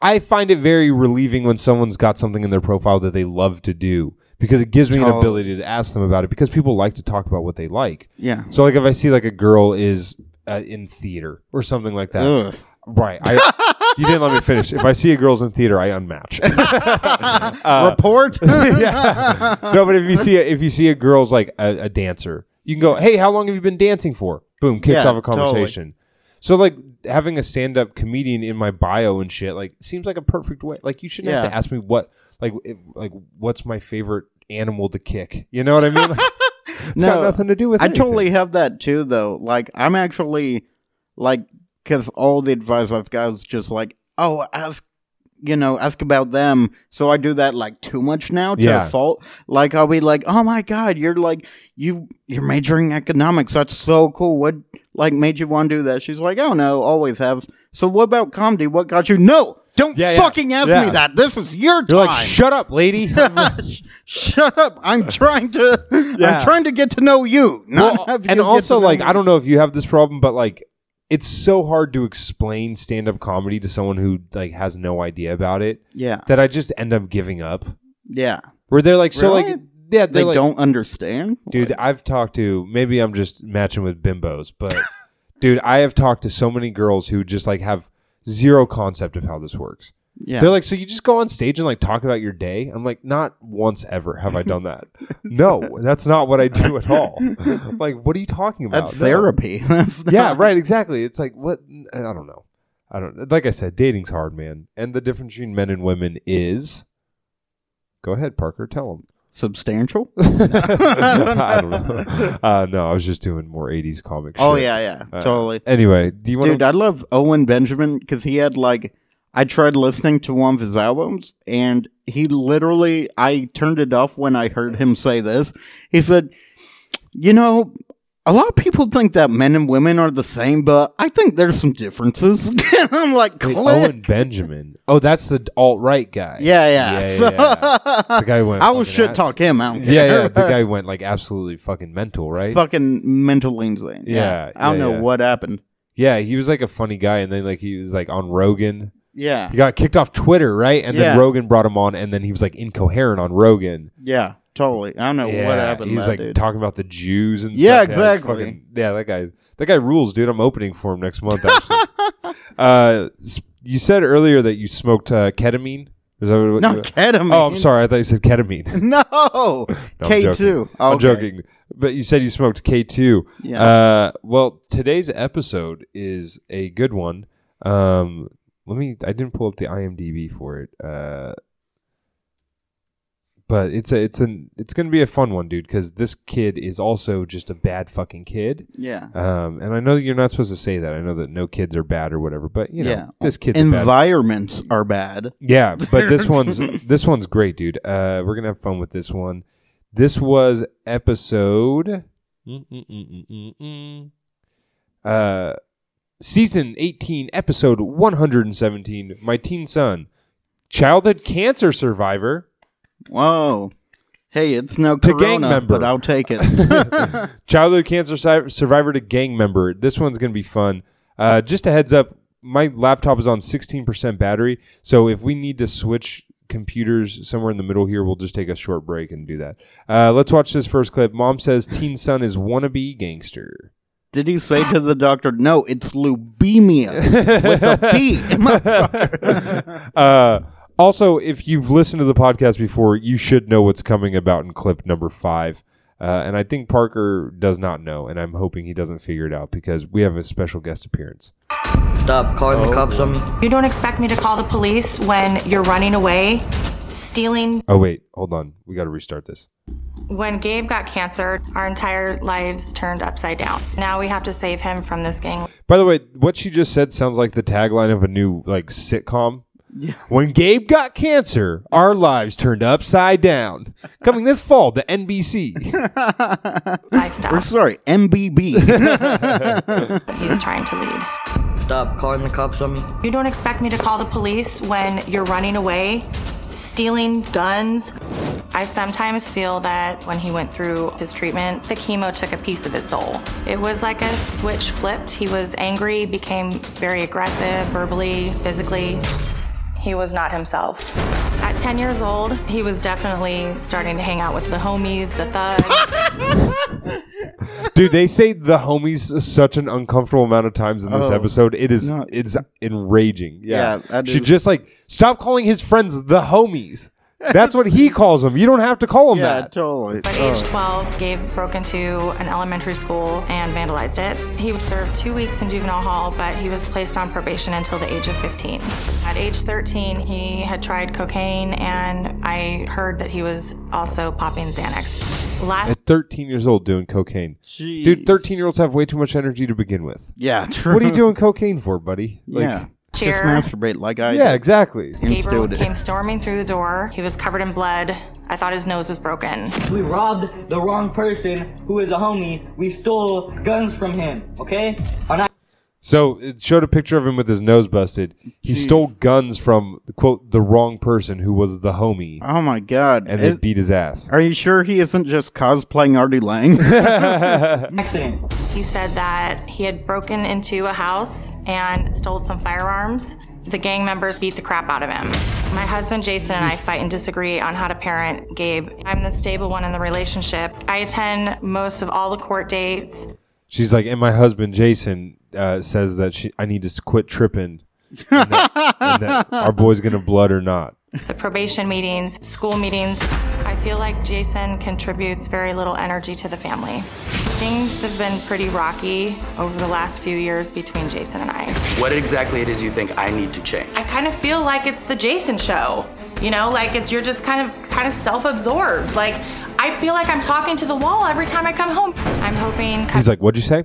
[SPEAKER 3] I find it very relieving when someone's got something in their profile that they love to do because it gives me an
[SPEAKER 4] Totally.
[SPEAKER 3] ability to ask them about it because people like to talk about what they like.
[SPEAKER 4] yeah.
[SPEAKER 3] So like if I see like a girl is uh, in theater or something like that.
[SPEAKER 4] Ugh.
[SPEAKER 3] Right. I You didn't let me finish. If I see a girl's in theater, I unmatch. Uh,
[SPEAKER 4] Report.
[SPEAKER 3] yeah. No, but if you see a, if you see a girl's like a, a dancer, you can go, "Hey, how long have you been dancing for?" Boom, kicks
[SPEAKER 4] Yeah,
[SPEAKER 3] off a conversation. So like having a stand up comedian in my bio and shit like seems like a perfect way. Like you shouldn't
[SPEAKER 4] Yeah.
[SPEAKER 3] have to ask me what like if, like what's my favorite animal to kick. You know what I mean? Like, it's got
[SPEAKER 4] No,
[SPEAKER 3] nothing to do with.
[SPEAKER 4] I
[SPEAKER 3] anything.
[SPEAKER 4] totally have that too, though. Like, I'm actually like, because all the advice I've got is just like, oh, ask, you know, ask about them. So I do that like too much now to
[SPEAKER 3] Yeah.
[SPEAKER 4] a fault. Like, I'll be like, oh my god, you're like, you you're majoring in economics. That's so cool. What like made you want to do that? She's like, oh no, always have. So what about comedy? What got you? No. Don't
[SPEAKER 3] Yeah, yeah.
[SPEAKER 4] fucking ask
[SPEAKER 3] Yeah.
[SPEAKER 4] me that. This is your
[SPEAKER 3] You're
[SPEAKER 4] time.
[SPEAKER 3] like, shut up, lady.
[SPEAKER 4] Sh- Shut up! I'm trying to.
[SPEAKER 3] Yeah.
[SPEAKER 4] I'm trying to get to know you, not
[SPEAKER 3] Well,
[SPEAKER 4] have you
[SPEAKER 3] and
[SPEAKER 4] get
[SPEAKER 3] also
[SPEAKER 4] to know
[SPEAKER 3] like
[SPEAKER 4] me.
[SPEAKER 3] i don't know if you have this problem but like it's so hard to explain stand-up comedy to someone who like has no idea about it
[SPEAKER 4] Yeah,
[SPEAKER 3] that i just end up giving up
[SPEAKER 4] yeah.
[SPEAKER 3] where they're like so like
[SPEAKER 4] Really?
[SPEAKER 3] yeah
[SPEAKER 4] They
[SPEAKER 3] they're like
[SPEAKER 4] don't understand,
[SPEAKER 3] dude i've talked to maybe i'm just matching with bimbos but dude i have talked to so many girls who just like have zero concept of how this works
[SPEAKER 4] Yeah,
[SPEAKER 3] they're like so you just go on stage and like talk about your day i'm like not once ever have i done that no that's not what i do at all like what are you talking about
[SPEAKER 4] that's
[SPEAKER 3] No.
[SPEAKER 4] therapy. That's not-
[SPEAKER 3] yeah, right, exactly. It's like what I don't know. I don't like I said, dating's hard, man. And the difference between men and women is Go ahead, Parker, tell them.
[SPEAKER 4] substantial.
[SPEAKER 3] I don't know. Uh, no, I was just doing more 80s comic
[SPEAKER 4] Oh
[SPEAKER 3] shit.
[SPEAKER 4] yeah, yeah,
[SPEAKER 3] Uh,
[SPEAKER 4] totally.
[SPEAKER 3] Anyway, do you want
[SPEAKER 4] Dude,
[SPEAKER 3] to
[SPEAKER 4] I love Owen Benjamin because he had like I tried listening to one of his albums and he literally I turned it off when I heard him say this. He said, "You know, a lot of people think that men and women are the same, but I think there's some differences. I'm like,
[SPEAKER 3] Wait,
[SPEAKER 4] click.
[SPEAKER 3] Owen Benjamin. Oh, that's the alt right guy.
[SPEAKER 4] Yeah, yeah.
[SPEAKER 3] yeah, yeah, yeah. the guy went.
[SPEAKER 4] I will
[SPEAKER 3] fucking
[SPEAKER 4] shit
[SPEAKER 3] abs-
[SPEAKER 4] talk him out.
[SPEAKER 3] Yeah, yeah. The guy went like absolutely fucking mental, right?
[SPEAKER 4] Fucking mental lane.
[SPEAKER 3] Yeah,
[SPEAKER 4] I don't
[SPEAKER 3] yeah,
[SPEAKER 4] know
[SPEAKER 3] yeah.
[SPEAKER 4] what happened.
[SPEAKER 3] Yeah, he was like a funny guy, and then like he was like on Rogan.
[SPEAKER 4] Yeah.
[SPEAKER 3] He got kicked off Twitter, right? And then
[SPEAKER 4] Yeah.
[SPEAKER 3] Rogan brought him on, and then he was like incoherent on Rogan.
[SPEAKER 4] Yeah. Totally. I don't know
[SPEAKER 3] yeah,
[SPEAKER 4] what happened.
[SPEAKER 3] he's
[SPEAKER 4] to
[SPEAKER 3] like
[SPEAKER 4] that dude.
[SPEAKER 3] talking about the Jews and
[SPEAKER 4] Yeah,
[SPEAKER 3] stuff. it's
[SPEAKER 4] exactly.
[SPEAKER 3] fucking- yeah, that guy. That guy rules, dude. I'm opening for him next month. Actually, uh, s- you said earlier that you smoked uh, ketamine. Is that what,
[SPEAKER 4] Not ketamine.
[SPEAKER 3] Oh, I'm sorry. I thought you said ketamine.
[SPEAKER 4] No.
[SPEAKER 3] No, I'm
[SPEAKER 4] K2.
[SPEAKER 3] joking. I'm
[SPEAKER 4] Okay.
[SPEAKER 3] joking. But you said you smoked K2.
[SPEAKER 4] Yeah.
[SPEAKER 3] Uh, well, today's episode is a good one. Um, let me. I didn't pull up the IMDb for it. Uh, but it's a it's an it's gonna be a fun one, dude. Because this kid is also just a bad fucking kid.
[SPEAKER 4] Yeah.
[SPEAKER 3] Um, and I know that you're not supposed to say that. I know that no kids are bad or whatever. But you know,
[SPEAKER 4] Yeah.
[SPEAKER 3] this kid's a bad
[SPEAKER 4] Environments are bad.
[SPEAKER 3] yeah, but this one's this one's great, dude. Uh, we're gonna have fun with this one. This was episode, Mm-mm-mm-mm-mm-mm. uh, season eighteen, episode one hundred and seventeen. My teen son, childhood cancer survivor,
[SPEAKER 4] Whoa. Hey, it's no
[SPEAKER 3] To gang
[SPEAKER 4] corona,
[SPEAKER 3] member.
[SPEAKER 4] but I'll take it.
[SPEAKER 3] childhood cancer si- survivor to gang member. This one's gonna be fun. Uh, just a heads up, my laptop is on sixteen percent battery, so if we need to switch computers somewhere in the middle here, we'll just take a short break and do that. Uh, let's watch this first clip. Mom says teen son is wannabe gangster.
[SPEAKER 4] Did he say to the doctor, no, it's leukemia with a P?
[SPEAKER 3] Uh, also, if you've listened to the podcast before, you should know what's coming about in clip number five. Uh, and I think Parker does not know, and I'm hoping he doesn't figure it out because we have a special guest appearance.
[SPEAKER 5] Stop calling
[SPEAKER 6] Oh.
[SPEAKER 5] the cops
[SPEAKER 6] um.
[SPEAKER 5] on me.
[SPEAKER 7] You don't expect me to call the police when you're running away, stealing.
[SPEAKER 3] Oh wait, hold on. We got to restart this.
[SPEAKER 7] When Gabe got cancer, our entire lives turned upside down. Now we have to save him from this gang.
[SPEAKER 3] By the way, what she just said sounds like the tagline of a new like sitcom. When Gabe got cancer, our lives turned upside down. Coming this fall to NBC.
[SPEAKER 7] lifestyle
[SPEAKER 4] Or sorry, MBB.
[SPEAKER 7] that he's trying to lead.
[SPEAKER 5] Stop calling the cops on me.
[SPEAKER 7] You don't expect me to call the police when you're running away, stealing guns. I sometimes feel that when he went through his treatment, the chemo took a piece of his soul. It was like a switch flipped. He was angry, became very aggressive verbally, physically. He was not himself. At 10 years old, he was definitely starting to hang out with the homies, the thugs.
[SPEAKER 3] Dude, they say the homies such an uncomfortable amount of times in this episode. It is
[SPEAKER 4] Oh. no.
[SPEAKER 3] it's enraging. Yeah.
[SPEAKER 4] Yeah, that
[SPEAKER 3] she
[SPEAKER 4] is-
[SPEAKER 3] just like stop calling his friends the homies. That's what he calls them. You don't have to call him
[SPEAKER 4] yeah,
[SPEAKER 3] that.
[SPEAKER 4] totally.
[SPEAKER 7] At age 12, Gabe broke into an elementary school and vandalized it. He served two weeks in juvenile hall, but he was placed on probation until the age of 15. At age 13, he had tried cocaine, and I heard that he was also popping Xanax. Last
[SPEAKER 3] At 13 years old doing cocaine. Dude, 13 year olds have way too much energy to begin with.
[SPEAKER 4] Yeah, true.
[SPEAKER 3] What are you doing cocaine for, buddy? Like,
[SPEAKER 4] yeah. Just
[SPEAKER 7] Cheer.
[SPEAKER 4] masturbate like I
[SPEAKER 3] Yeah, exactly.
[SPEAKER 7] Gabriel
[SPEAKER 4] instilled
[SPEAKER 7] came
[SPEAKER 4] it.
[SPEAKER 7] storming through the door. He was covered in blood. I thought his nose was broken.
[SPEAKER 5] We robbed the wrong person who is a homie. We stole guns from him, okay? On
[SPEAKER 3] So it showed a picture of him with his nose busted. He stole guns from quote the wrong person who was the homie,
[SPEAKER 4] Oh my god.
[SPEAKER 3] and then
[SPEAKER 4] It-
[SPEAKER 3] beat his ass.
[SPEAKER 4] are you sure he isn't just cosplaying Artie Lang?
[SPEAKER 5] accident.
[SPEAKER 7] He said that he had broken into a house and stole some firearms. The gang members beat the crap out of him. My husband Jason and I fight and disagree on how to parent Gabe. I'm the stable one in the relationship. I attend most of all the court dates.
[SPEAKER 3] She's like, and my husband Jason uh, says that she, I need to s- quit tripping, and that, and that our boy's gonna blood or not.
[SPEAKER 7] the probation meetings, school meetings. I feel like Jason contributes very little energy to the family. Things have been pretty rocky over the last few years between Jason and I.
[SPEAKER 8] What exactly it is you think I need to change?
[SPEAKER 7] I kind of feel like it's the Jason show. You know, like it's you're just kind of kind of self-absorbed. Like I feel like I'm talking to the wall every time I come home. I'm hoping
[SPEAKER 3] He's like, what'd you say?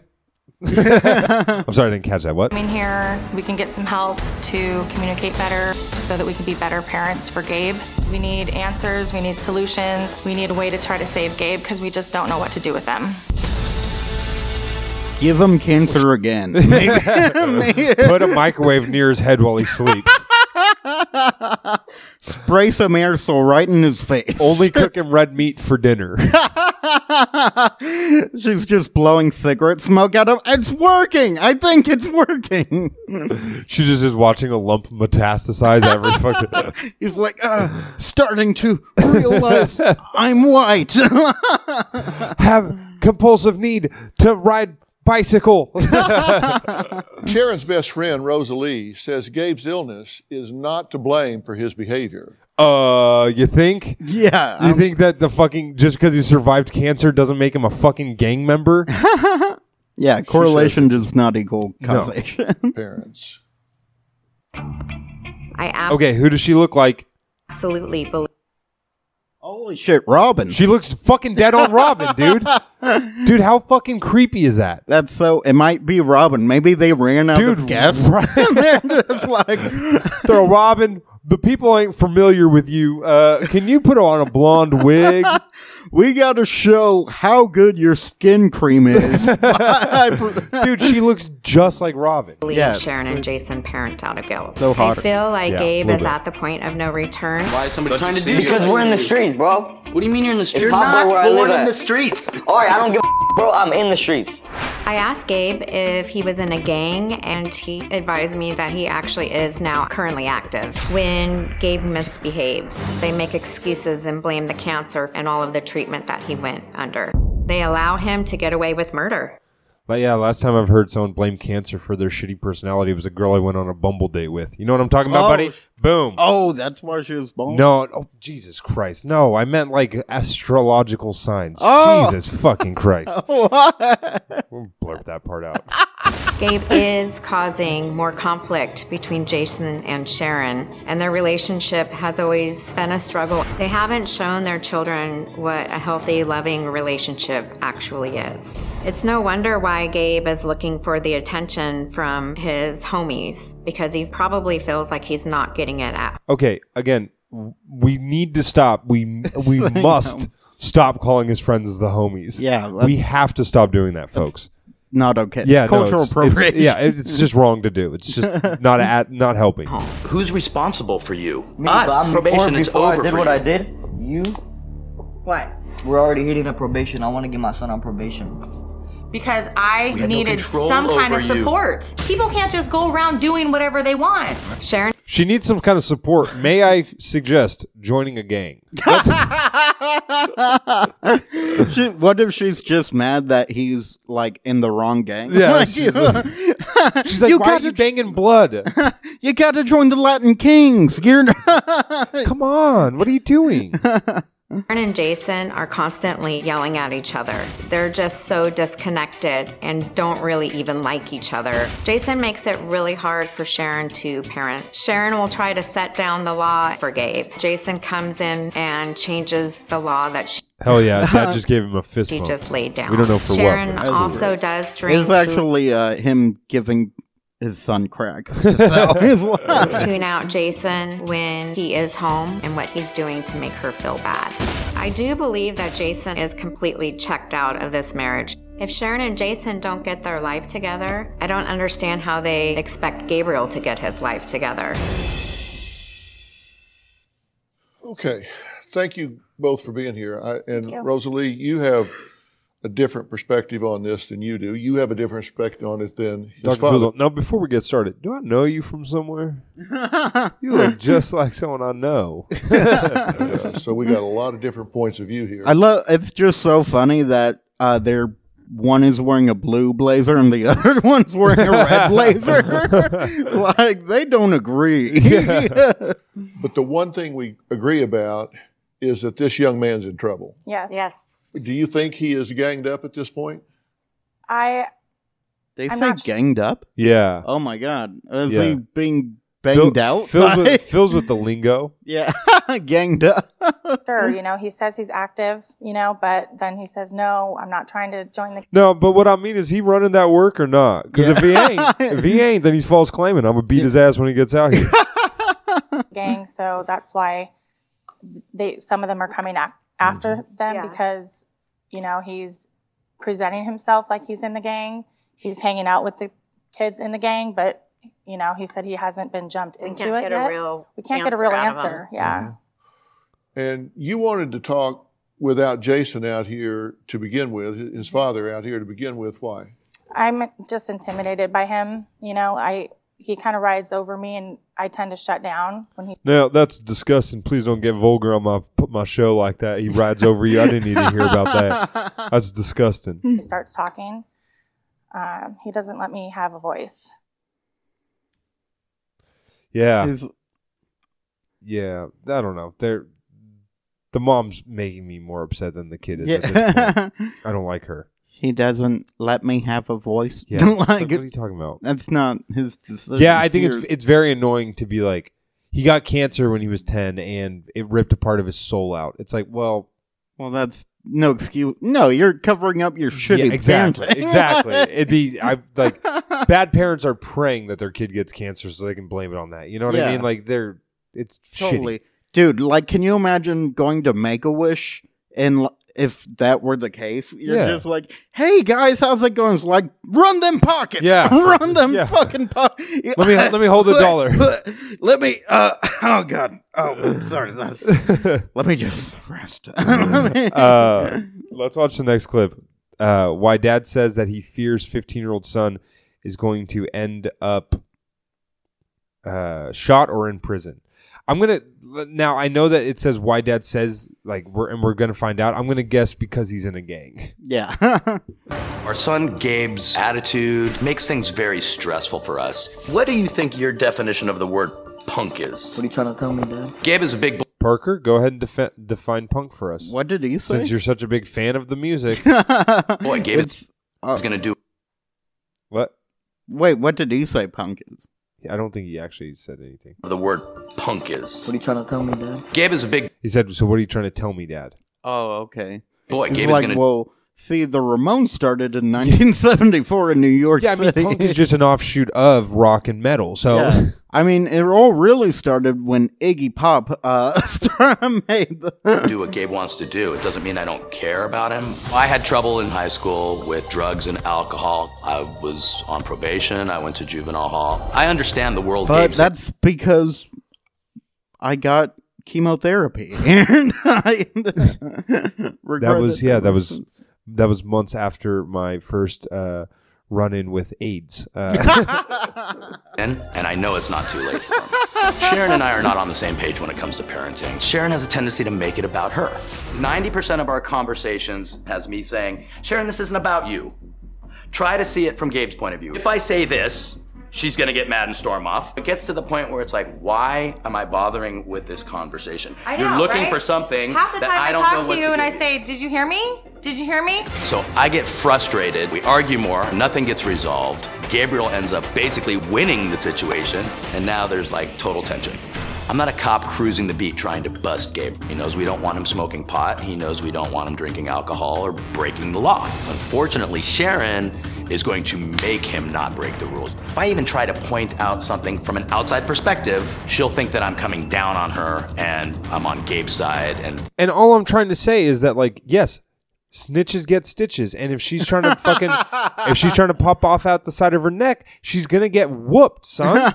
[SPEAKER 3] I'm sorry, I didn't catch that. What?
[SPEAKER 7] coming here we can get some help to communicate better so that we can be better parents for Gabe. We need answers, we need solutions, we need a way to try to save Gabe because we just don't know what to do with them.
[SPEAKER 4] Give him cancer again. Maybe.
[SPEAKER 3] Put a microwave near his head while he sleeps.
[SPEAKER 4] Spray some aerosol right in his face.
[SPEAKER 3] Only cook him red meat for dinner.
[SPEAKER 4] She's just blowing cigarette smoke at him. It's working. I think it's working.
[SPEAKER 3] she just is watching a lump metastasize every fucking.
[SPEAKER 4] He's like, uh, starting to realize I'm white.
[SPEAKER 3] have compulsive need to ride bicycle.
[SPEAKER 9] Sharon's best friend, Rosalie, says Gabe's illness is not to blame for his behavior.
[SPEAKER 3] uh, you think?
[SPEAKER 4] yeah. um,
[SPEAKER 3] You think that the fucking just because he survived cancer doesn't make him a fucking gang member?
[SPEAKER 4] Yeah, correlation does not equal causation.
[SPEAKER 9] Parents.
[SPEAKER 7] I
[SPEAKER 3] Okay, who does she look like?
[SPEAKER 7] absolutely believe.
[SPEAKER 4] Holy shit, Robin.
[SPEAKER 3] She looks fucking dead on Robin, dude. Dude, how fucking creepy is that?
[SPEAKER 4] That's so. It might be Robin. Maybe they ran out
[SPEAKER 3] Dude,
[SPEAKER 4] of gas.
[SPEAKER 3] right.
[SPEAKER 4] and they're just like,
[SPEAKER 3] Throw Robin. The people ain't familiar with you. Uh, can you put on a blonde wig?
[SPEAKER 4] we got to show how good your skin cream is.
[SPEAKER 3] Dude, she looks just like Robin.
[SPEAKER 10] believe
[SPEAKER 4] Yeah.
[SPEAKER 10] Sharon and Jason parent out of guilt.
[SPEAKER 4] So hot.
[SPEAKER 10] I feel like
[SPEAKER 3] Yeah,
[SPEAKER 10] Gabe is
[SPEAKER 3] little bit.
[SPEAKER 10] at the point of no return.
[SPEAKER 8] Why is somebody trying to do
[SPEAKER 5] Because
[SPEAKER 8] something?
[SPEAKER 5] we're in the streets, bro.
[SPEAKER 8] What do you mean you're in the street?
[SPEAKER 5] You're not
[SPEAKER 8] Pop, where I
[SPEAKER 1] Born
[SPEAKER 8] live
[SPEAKER 1] in
[SPEAKER 8] at.
[SPEAKER 1] the streets.
[SPEAKER 5] Alright, I don't give a bro. I'm in the streets.
[SPEAKER 10] I asked Gabe if he was in a gang, and he advised me that he actually is now currently active. When Gabe misbehaves, they make excuses and blame the cancer and all of the treatment that he went under. They allow him to get away with murder.
[SPEAKER 3] But yeah, last time I've heard someone blame cancer for their shitty personality was a girl I went on a bumble date with. You know what I'm talking about,
[SPEAKER 4] Oh.
[SPEAKER 3] buddy? Boom.
[SPEAKER 4] oh, that's why she was born.
[SPEAKER 3] No, oh, Jesus Christ. No, I meant like astrological signs.
[SPEAKER 4] Oh.
[SPEAKER 3] Jesus fucking Christ. we'll blurp that part out.
[SPEAKER 10] Gabe is causing more conflict between Jason and Sharon, and their relationship has always been a struggle. They haven't shown their children what a healthy, loving relationship actually is. It's no wonder why Gabe is looking for the attention from his homies, because he probably feels like he's not getting it at
[SPEAKER 3] Okay, again, w- we need to stop. We we must stop calling his friends the homies.
[SPEAKER 4] Yeah,
[SPEAKER 3] we have to stop doing that, folks.
[SPEAKER 4] Not okay.
[SPEAKER 3] Yeah, no,
[SPEAKER 4] cultural
[SPEAKER 3] it's- it's-
[SPEAKER 4] appropriation.
[SPEAKER 3] yeah, it's just wrong to do. It's just not at, not helping.
[SPEAKER 8] Who's responsible for you?
[SPEAKER 5] Bob,
[SPEAKER 8] Us. Probation.
[SPEAKER 5] before,
[SPEAKER 8] It's
[SPEAKER 5] before
[SPEAKER 8] over
[SPEAKER 5] I did
[SPEAKER 8] for
[SPEAKER 5] what
[SPEAKER 8] you.
[SPEAKER 5] I did, you
[SPEAKER 7] What?
[SPEAKER 5] were already hitting a probation. I want to get my son on probation.
[SPEAKER 7] Because I
[SPEAKER 8] We had no
[SPEAKER 7] needed
[SPEAKER 8] control
[SPEAKER 7] some kind of
[SPEAKER 8] over you.
[SPEAKER 7] support. People can't just go around doing whatever they want.
[SPEAKER 10] Sharon.
[SPEAKER 3] She needs some kind of support. May I suggest joining a gang?
[SPEAKER 4] She- what if she's just mad that he's like in the wrong gang?
[SPEAKER 3] Yeah,
[SPEAKER 4] Like,
[SPEAKER 3] she's
[SPEAKER 4] you,
[SPEAKER 3] She's like,
[SPEAKER 4] You
[SPEAKER 3] why
[SPEAKER 4] got
[SPEAKER 3] are you banging blood?
[SPEAKER 4] you got to join the Latin Kings. You're
[SPEAKER 3] Come on, what are you doing?
[SPEAKER 10] Aaron and Jason are constantly yelling at each other. They're just so disconnected and don't really even like each other. Jason makes it really hard for Sharon to parent. Sharon will try to set down the law for Gabe. Jason comes in and changes the law that she
[SPEAKER 3] Hell yeah, Dad just gave him a fist bump.
[SPEAKER 10] just laid down.
[SPEAKER 3] We don't know for
[SPEAKER 10] Sharon
[SPEAKER 3] what. but-
[SPEAKER 10] also does drink
[SPEAKER 4] it's
[SPEAKER 10] to
[SPEAKER 4] actually uh, him giving his son crack. So he's like-
[SPEAKER 10] tune out Jason when he is home and what he's doing to make her feel bad. I do believe that Jason is completely checked out of this marriage. If Sharon and Jason don't get their life together, I don't understand how they expect Gabriel to get his life together.
[SPEAKER 9] Okay. Thank you both for being here. I, and Rosalie, you have a different perspective on this than you do. You have a different perspective on it than his
[SPEAKER 3] Dr.
[SPEAKER 9] father.
[SPEAKER 3] Frizzle, now, before we get started, do I know you from somewhere? you look just like someone I know.
[SPEAKER 9] does. So we got a lot of different points of view here.
[SPEAKER 4] I love. It's just so funny that uh, they're one is wearing a blue blazer and the other one's wearing a red blazer. like they don't agree.
[SPEAKER 9] but the one thing we agree about is that this young man's in trouble.
[SPEAKER 7] Yes. Yes.
[SPEAKER 9] Do you think he is ganged up at this point?
[SPEAKER 7] I
[SPEAKER 4] They
[SPEAKER 7] I'm
[SPEAKER 4] say
[SPEAKER 7] not-
[SPEAKER 4] ganged up.
[SPEAKER 3] Yeah.
[SPEAKER 4] Oh my god, is
[SPEAKER 3] Yeah.
[SPEAKER 4] he being banged out?
[SPEAKER 3] Fills
[SPEAKER 4] Like,
[SPEAKER 3] with, fills with the lingo.
[SPEAKER 4] yeah, ganged up.
[SPEAKER 7] sure, you know, he says he's active, you know, but then he says, No, I'm not trying to join the
[SPEAKER 3] No, but what I mean is he running that work or not? Because if he ain't, if he ain't, then he's false claiming. I'm gonna beat his ass when he gets out here.
[SPEAKER 7] gang, so that's why they some of them are coming ac- after them
[SPEAKER 10] Yeah.
[SPEAKER 7] because you know he's presenting himself like he's in the gang. He's hanging out with the kids in the gang, but you know, he said he hasn't been jumped into
[SPEAKER 10] can't
[SPEAKER 7] it
[SPEAKER 10] get a
[SPEAKER 7] yet.
[SPEAKER 10] real
[SPEAKER 7] we can't get a
[SPEAKER 10] answer
[SPEAKER 7] real
[SPEAKER 10] out of him.
[SPEAKER 7] answer. Yeah.
[SPEAKER 9] And you wanted to talk without Jason out here to begin with, his father out here to begin with. Why?
[SPEAKER 7] I'm just intimidated by him. You know, I he kind of rides over me and I tend to shut down when he
[SPEAKER 3] Now that's disgusting. Please don't get vulgar on my put my show like that. He rides over you. I didn't need to hear about that. That's disgusting.
[SPEAKER 7] starts talking. Um, he doesn't let me have a voice.
[SPEAKER 3] Yeah,
[SPEAKER 4] He's-
[SPEAKER 3] yeah. I don't know. They're the mom's making me more upset than the kid is. At this point.
[SPEAKER 4] yeah.
[SPEAKER 3] I don't like her.
[SPEAKER 4] he doesn't let me have a voice.
[SPEAKER 3] Yeah.
[SPEAKER 4] Don't
[SPEAKER 3] what
[SPEAKER 4] like
[SPEAKER 3] are you
[SPEAKER 4] it.
[SPEAKER 3] talking about?
[SPEAKER 4] That's not his decision.
[SPEAKER 3] Yeah, I think it's
[SPEAKER 4] Yours.
[SPEAKER 3] it's very annoying to be like he got cancer when he was ten and it ripped a part of his soul out. It's like, well,
[SPEAKER 4] Well, that's no excuse. No, you're covering up your shitty
[SPEAKER 3] yeah, exactly,
[SPEAKER 4] parenting.
[SPEAKER 3] exactly. It'd be I like bad parents are praying that their kid gets cancer so they can blame it on that. You know what I
[SPEAKER 4] Yeah.
[SPEAKER 3] mean? Like they're it's
[SPEAKER 4] totally,
[SPEAKER 3] shitty.
[SPEAKER 4] dude. Like, can you imagine going to Make a Wish and l- if that were the case, you're
[SPEAKER 3] Yeah.
[SPEAKER 4] just like, "Hey guys, how's it going?" It's like, "Run them pockets,
[SPEAKER 3] Yeah.
[SPEAKER 4] run them
[SPEAKER 3] Yeah.
[SPEAKER 4] fucking pockets."
[SPEAKER 3] Let me let me hold a dollar.
[SPEAKER 4] Let me. Uh, oh god. Oh, sorry. That's, let me just rest.
[SPEAKER 3] uh, let's watch the next clip. Uh, why dad says that he fears 15 year old son is going to end up uh, shot or in prison. I'm gonna now. I know that it says why dad says like we're and we're gonna find out. I'm gonna guess because he's in a gang.
[SPEAKER 4] yeah.
[SPEAKER 8] Our son Gabe's attitude makes things very stressful for us. What do you think your definition of the word punk is?
[SPEAKER 5] What are you trying to tell me, Dad?
[SPEAKER 8] Gabe is a big
[SPEAKER 3] Parker, go ahead and defi- define punk for us.
[SPEAKER 4] what did he say?
[SPEAKER 3] Since you're such a big fan of the music,
[SPEAKER 8] boy. Gabe is
[SPEAKER 4] It's- uh,
[SPEAKER 8] going to do
[SPEAKER 3] what?
[SPEAKER 4] wait, what did he say? Punk is.
[SPEAKER 3] I don't think he actually said anything.
[SPEAKER 8] the word punk is.
[SPEAKER 5] What are you trying to tell me, Dad?
[SPEAKER 8] Gabe is a big
[SPEAKER 3] He said, "So what are you trying to tell me, Dad?"
[SPEAKER 4] Oh, okay.
[SPEAKER 8] boy.
[SPEAKER 4] He's
[SPEAKER 8] Gabe is
[SPEAKER 4] like,
[SPEAKER 8] going to
[SPEAKER 4] well, see, the Ramones started in 1974 in New York
[SPEAKER 3] Yeah, I mean,
[SPEAKER 4] City.
[SPEAKER 3] punk is just an offshoot of rock and metal. So
[SPEAKER 4] Yeah. I mean, it all really started when Iggy Pop uh, made the.
[SPEAKER 8] do what Gabe wants to do. It doesn't mean I don't care about him. I had trouble in high school with drugs and alcohol. I was on probation. I went to juvenile hall. I understand the world
[SPEAKER 4] But
[SPEAKER 8] Gabe's in.
[SPEAKER 4] that's because I got chemotherapy. And I
[SPEAKER 3] that
[SPEAKER 4] regret
[SPEAKER 3] was
[SPEAKER 4] it
[SPEAKER 3] yeah
[SPEAKER 4] ever
[SPEAKER 3] that was
[SPEAKER 4] since.
[SPEAKER 3] that was months after my first uh run-in with aids uh,
[SPEAKER 8] in, and I know it's not too late for him. Sharon and I are not on the same page when it comes to parenting. Sharon has a tendency to make it about her. 90% of our conversations has me saying, Sharon, this isn't about you. Try to see it from Gabe's point of view. If I say this, she's gonna get mad and storm off. It gets to the point where it's like, why am I bothering with this conversation?
[SPEAKER 7] I
[SPEAKER 8] You're
[SPEAKER 7] know,
[SPEAKER 8] looking
[SPEAKER 7] right?
[SPEAKER 8] for something
[SPEAKER 7] Half the
[SPEAKER 8] that
[SPEAKER 7] time I,
[SPEAKER 8] I don't know
[SPEAKER 7] talk
[SPEAKER 8] what
[SPEAKER 7] to you and I
[SPEAKER 8] do.
[SPEAKER 7] say, "Did you hear me? Did you hear me?"
[SPEAKER 8] So I get frustrated. We argue more. Nothing gets resolved. Gabriel ends up basically winning the situation, and now there's like total tension. I'm not a cop cruising the beat trying to bust Gabe. He knows we don't want him smoking pot. He knows we don't want him drinking alcohol or breaking the law. Unfortunately, Sharon is going to make him not break the rules. If I even try to point out something from an outside perspective, she'll think that I'm coming down on her and I'm on Gabe's side and
[SPEAKER 3] and all i'm trying to say is that like yes snitches get stitches and if she's trying to fucking if she's trying to pop off out the side of her neck she's gonna get whooped son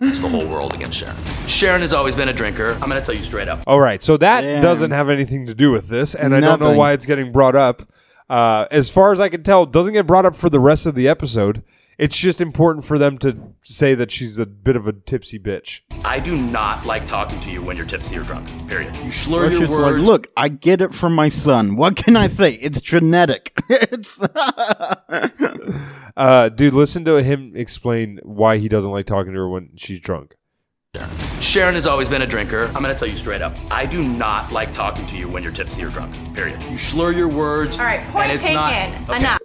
[SPEAKER 8] it's the whole world against Sharon. Sharon has always been a drinker. I'm going to tell you straight up.
[SPEAKER 3] all right so that
[SPEAKER 4] Damn.
[SPEAKER 3] doesn't have anything to do with this and i don't know
[SPEAKER 4] Nothing.
[SPEAKER 3] why it's getting brought up uh, as far as i can tell doesn't get brought up for the rest of the episode it's just important for them to say that she's a bit of a tipsy bitch
[SPEAKER 8] I do not like talking to you when you're tipsy or drunk. Period. You slur
[SPEAKER 4] It's
[SPEAKER 8] your
[SPEAKER 4] just
[SPEAKER 8] words.
[SPEAKER 4] like, look, I get it from my son. What can I say? It's genetic. it's
[SPEAKER 3] Uh, dude, listen to him explain why he doesn't like talking to her when she's drunk.
[SPEAKER 8] Sharon has always been a drinker. I'm going to tell you straight up. I do not like talking to you when you're tipsy or drunk. Period. You slur your words.
[SPEAKER 7] All right,
[SPEAKER 8] and
[SPEAKER 7] point
[SPEAKER 8] it's
[SPEAKER 7] taken.
[SPEAKER 8] not-
[SPEAKER 7] Enough.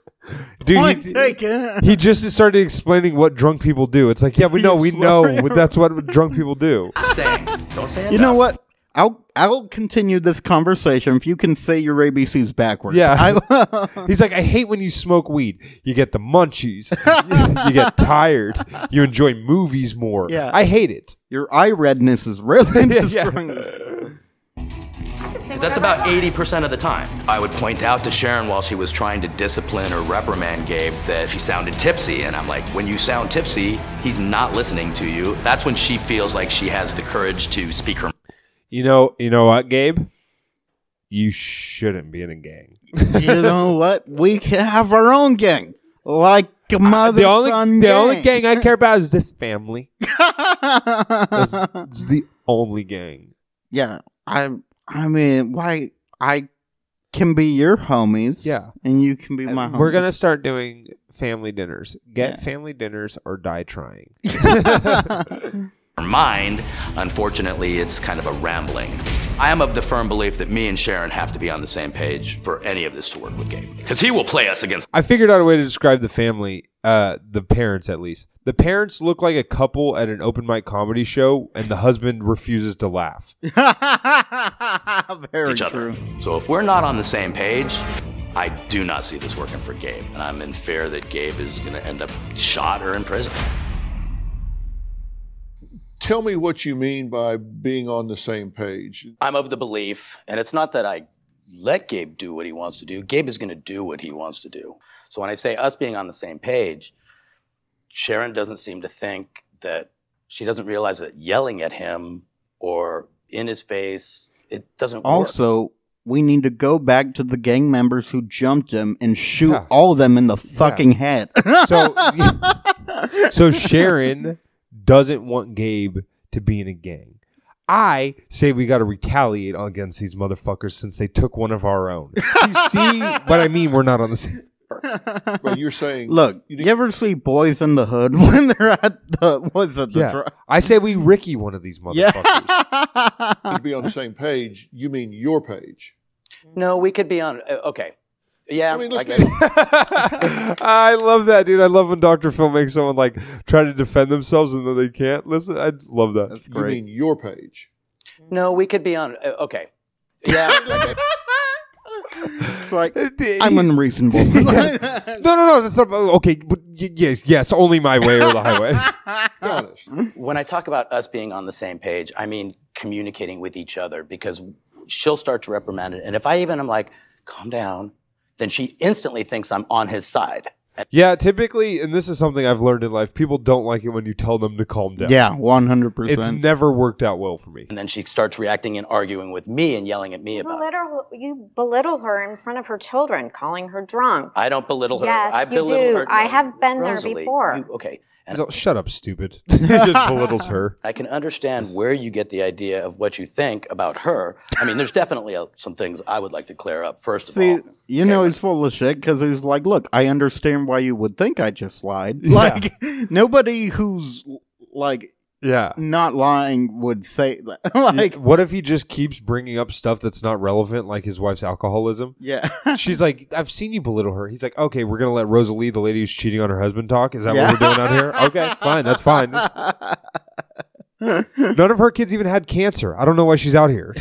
[SPEAKER 3] Dude,
[SPEAKER 4] Point
[SPEAKER 3] he,
[SPEAKER 4] taken.
[SPEAKER 3] he just started explaining what drunk people do. It's like, yeah, we know, we know, that's what drunk people do.
[SPEAKER 8] I'm saying. Don't say
[SPEAKER 4] You know what? I'll I'll continue this conversation if you can say your ABCs backwards.
[SPEAKER 3] Yeah.
[SPEAKER 4] I,
[SPEAKER 3] He's like, I hate when you smoke weed. You get the munchies. you get tired. You enjoy movies more.
[SPEAKER 4] Yeah.
[SPEAKER 3] I hate it.
[SPEAKER 4] your eye redness is really
[SPEAKER 3] Yeah,
[SPEAKER 4] destroying this.
[SPEAKER 7] I can think
[SPEAKER 8] That's
[SPEAKER 7] whatever I
[SPEAKER 8] about
[SPEAKER 7] want.
[SPEAKER 8] 80% of the time. I would point out to Sharon while she was trying to discipline or reprimand Gabe that she sounded tipsy. And I'm like, when you sound tipsy, he's not listening to you. That's when she feels like she has the courage to speak her
[SPEAKER 3] You know, you know what, Gabe? You shouldn't be in a gang.
[SPEAKER 4] you know what? We can have our own gang, like a mother.
[SPEAKER 3] Uh, the only,
[SPEAKER 4] son
[SPEAKER 3] the only gang I care about is this family. That's- it's the only gang.
[SPEAKER 4] yeah, I. I mean, why I can be your homies.
[SPEAKER 3] Yeah.
[SPEAKER 4] and you can be my. Homies.
[SPEAKER 3] We're gonna start doing family dinners. Get
[SPEAKER 4] Yeah.
[SPEAKER 3] family dinners or die trying.
[SPEAKER 8] mind. Unfortunately, it's kind of a rambling. I am of the firm belief that me and Sharon have to be on the same page for any of this to work with Gabe. Because he will play us against
[SPEAKER 3] I figured out a way to describe the family, uh, the parents at least. The parents look like a couple at an open mic comedy show, and the husband refuses to laugh.
[SPEAKER 4] Very
[SPEAKER 8] each
[SPEAKER 4] true.
[SPEAKER 8] other. So if we're not on the same page, I do not see this working for Gabe. And I'm in fear that Gabe is going to end up shot or in prison.
[SPEAKER 9] Tell me what you mean by being on the same page.
[SPEAKER 8] I'm of the belief, and it's not that I let Gabe do what he wants to do. Gabe is going to do what he wants to do. So when I say us being on the same page, Sharon doesn't seem to think that she doesn't realize that yelling at him or in his face it doesn't work.
[SPEAKER 4] Also, we need to go back to the gang members who jumped him and shoot
[SPEAKER 3] Yeah.
[SPEAKER 4] all of them in the fucking head.
[SPEAKER 3] So, so Sharon doesn't want Gabe to be in a gang. I say we got to retaliate against these motherfuckers since they took one of our own. You see what I mean? We're not on the same.
[SPEAKER 9] But you're saying,
[SPEAKER 4] Look, you, ever see Boys in the Hood when they're at the what's it? The
[SPEAKER 3] Yeah,
[SPEAKER 4] dr-
[SPEAKER 3] I say we Ricky one of these motherfuckers.
[SPEAKER 9] to be on the same page, you mean your page.
[SPEAKER 8] no we could be on uh, okay yeah
[SPEAKER 9] I mean, let's
[SPEAKER 8] I
[SPEAKER 9] be,
[SPEAKER 8] guess.
[SPEAKER 3] I love that, dude. I love when Dr. Phil makes someone like try to defend themselves and then they can't. Listen, I love that.
[SPEAKER 9] you mean your page.
[SPEAKER 8] no we could be on uh, okay yeah
[SPEAKER 4] It's like I'm unreasonable.
[SPEAKER 3] Uh, no, no, no. That's not, oh, okay, but y- yes, yes, only my way or the highway.
[SPEAKER 9] Be honest.
[SPEAKER 8] when I talk about us being on the same page, I mean communicating with each other because she'll start to reprimand it. And if I even am like, calm down, then she instantly thinks I'm on his side.
[SPEAKER 3] yeah, typically, and this is something I've learned in life. People don't like it when you tell them to calm down.
[SPEAKER 4] yeah, one hundred
[SPEAKER 3] it's
[SPEAKER 4] percent.
[SPEAKER 3] never worked out well for me.
[SPEAKER 8] And then she starts reacting and arguing with me and yelling at me about it.
[SPEAKER 10] belittle, you belittle her in front of her children, calling her drunk.
[SPEAKER 8] I don't belittle her.
[SPEAKER 10] Yes,
[SPEAKER 8] I
[SPEAKER 10] you
[SPEAKER 8] belittle
[SPEAKER 10] do.
[SPEAKER 8] her.
[SPEAKER 10] I have been there
[SPEAKER 8] Rosalie,
[SPEAKER 10] before.
[SPEAKER 8] you- okay. And
[SPEAKER 3] So, shut up, stupid. he just belittles her.
[SPEAKER 8] I can understand where you get the idea of what you think about her. I mean, there's definitely uh some things I would like to clear up, first of
[SPEAKER 4] See,
[SPEAKER 8] all.
[SPEAKER 4] you know he's full of shit because he's like, "Look, I understand why you would think I just lied. Like nobody who's like
[SPEAKER 3] Yeah.
[SPEAKER 4] not lying would say that. like,
[SPEAKER 3] what if he just keeps bringing up stuff that's not relevant, like his wife's alcoholism?
[SPEAKER 4] yeah,
[SPEAKER 3] She's like, I've seen you belittle her. He's like, okay, we're gonna let Rosalie, the lady who's cheating on her husband, talk. Is that
[SPEAKER 4] Yeah.
[SPEAKER 3] what we're doing out here? Okay, fine, that's fine. None of her kids even had cancer. I don't know why she's out here.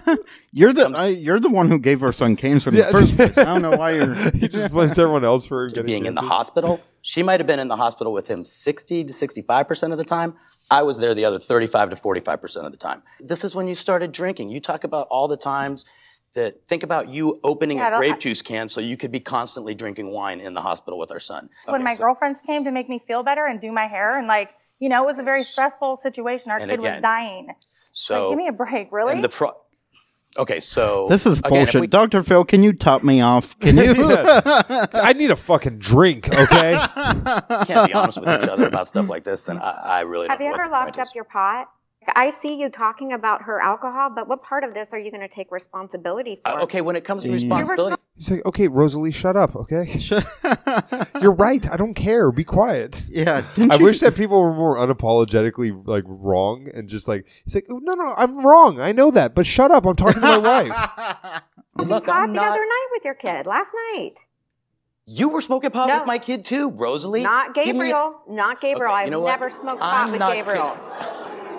[SPEAKER 4] you're the I, you're the one who gave our son cancer in the
[SPEAKER 3] Yeah.
[SPEAKER 4] first place. I don't know why you're.
[SPEAKER 3] he just blames everyone else for getting
[SPEAKER 8] being in the
[SPEAKER 3] cancer.
[SPEAKER 8] hospital. She might have been in the hospital with him 60 to 65% of the time. I was there the other 35 to 45% of the time. This is when you started drinking. You talk about all the times that think about you opening
[SPEAKER 7] Yeah, I
[SPEAKER 8] a
[SPEAKER 7] don't-
[SPEAKER 8] grape juice can so you could be constantly drinking wine in the hospital with our son.
[SPEAKER 7] when
[SPEAKER 8] Okay,
[SPEAKER 7] my
[SPEAKER 8] so-
[SPEAKER 7] girlfriends came to make me feel better and do my hair and like you know it was a very stressful situation our
[SPEAKER 8] And
[SPEAKER 7] kid was
[SPEAKER 8] again,
[SPEAKER 7] dying
[SPEAKER 8] so
[SPEAKER 7] give me a break really
[SPEAKER 8] and the pro- Okay, so
[SPEAKER 4] This is
[SPEAKER 8] again, if
[SPEAKER 4] bullshit,
[SPEAKER 8] we-
[SPEAKER 4] Doctor Phil. Can you top me off? Can you?
[SPEAKER 3] I need a fucking drink, okay?
[SPEAKER 8] can't be honest with each other about stuff like this, then I, I really
[SPEAKER 10] Have
[SPEAKER 8] don't
[SPEAKER 10] you
[SPEAKER 8] know what
[SPEAKER 10] ever
[SPEAKER 8] the
[SPEAKER 10] locked
[SPEAKER 8] point is.
[SPEAKER 10] up your pot? I see you talking about her alcohol, but what part of this are you going to take responsibility for?
[SPEAKER 8] Uh, okay, when it comes to responsibility,
[SPEAKER 3] He's like, okay, Rosalie, shut up, okay? You're right. I don't care. Be quiet.
[SPEAKER 4] yeah, didn't
[SPEAKER 3] I
[SPEAKER 4] you-
[SPEAKER 3] wish that people were more unapologetically like wrong and just like he's like, "Oh, no, no, I'm wrong. I know that, but shut up. I'm talking to my wife.
[SPEAKER 8] look,
[SPEAKER 10] Pot
[SPEAKER 8] I'm
[SPEAKER 10] the
[SPEAKER 8] not.
[SPEAKER 10] other night with your kid, last night.
[SPEAKER 8] You were smoking pot
[SPEAKER 10] No.
[SPEAKER 8] with my kid too, Rosalie.
[SPEAKER 10] Not
[SPEAKER 8] Give me a-
[SPEAKER 10] Gabriel. Not Gabriel.
[SPEAKER 8] Okay,
[SPEAKER 10] I've
[SPEAKER 8] you know what?
[SPEAKER 10] never smoked
[SPEAKER 8] I'm
[SPEAKER 10] pot with
[SPEAKER 8] not
[SPEAKER 10] Gabriel.
[SPEAKER 8] kidding.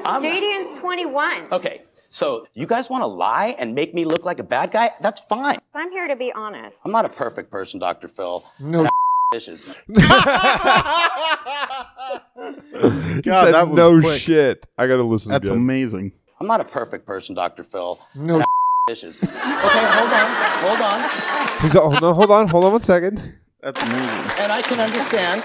[SPEAKER 8] I'm-
[SPEAKER 10] Jadian's 21.
[SPEAKER 8] okay, so you guys want to lie and make me look like a bad guy? That's fine.
[SPEAKER 10] I'm here to be honest.
[SPEAKER 8] I'm not a perfect person, Dr. Phil. No dishes.
[SPEAKER 3] He
[SPEAKER 4] God,
[SPEAKER 3] said,
[SPEAKER 4] that was
[SPEAKER 3] no
[SPEAKER 4] quick.
[SPEAKER 3] shit. I gotta listen
[SPEAKER 4] That's
[SPEAKER 3] again.
[SPEAKER 4] amazing.
[SPEAKER 8] I'm not a perfect person, Dr. Phil.
[SPEAKER 9] No
[SPEAKER 8] dishes.
[SPEAKER 11] Okay, hold on, hold on.
[SPEAKER 3] He's oh no, hold on, hold on one second.
[SPEAKER 4] That's amazing.
[SPEAKER 8] And I can understand.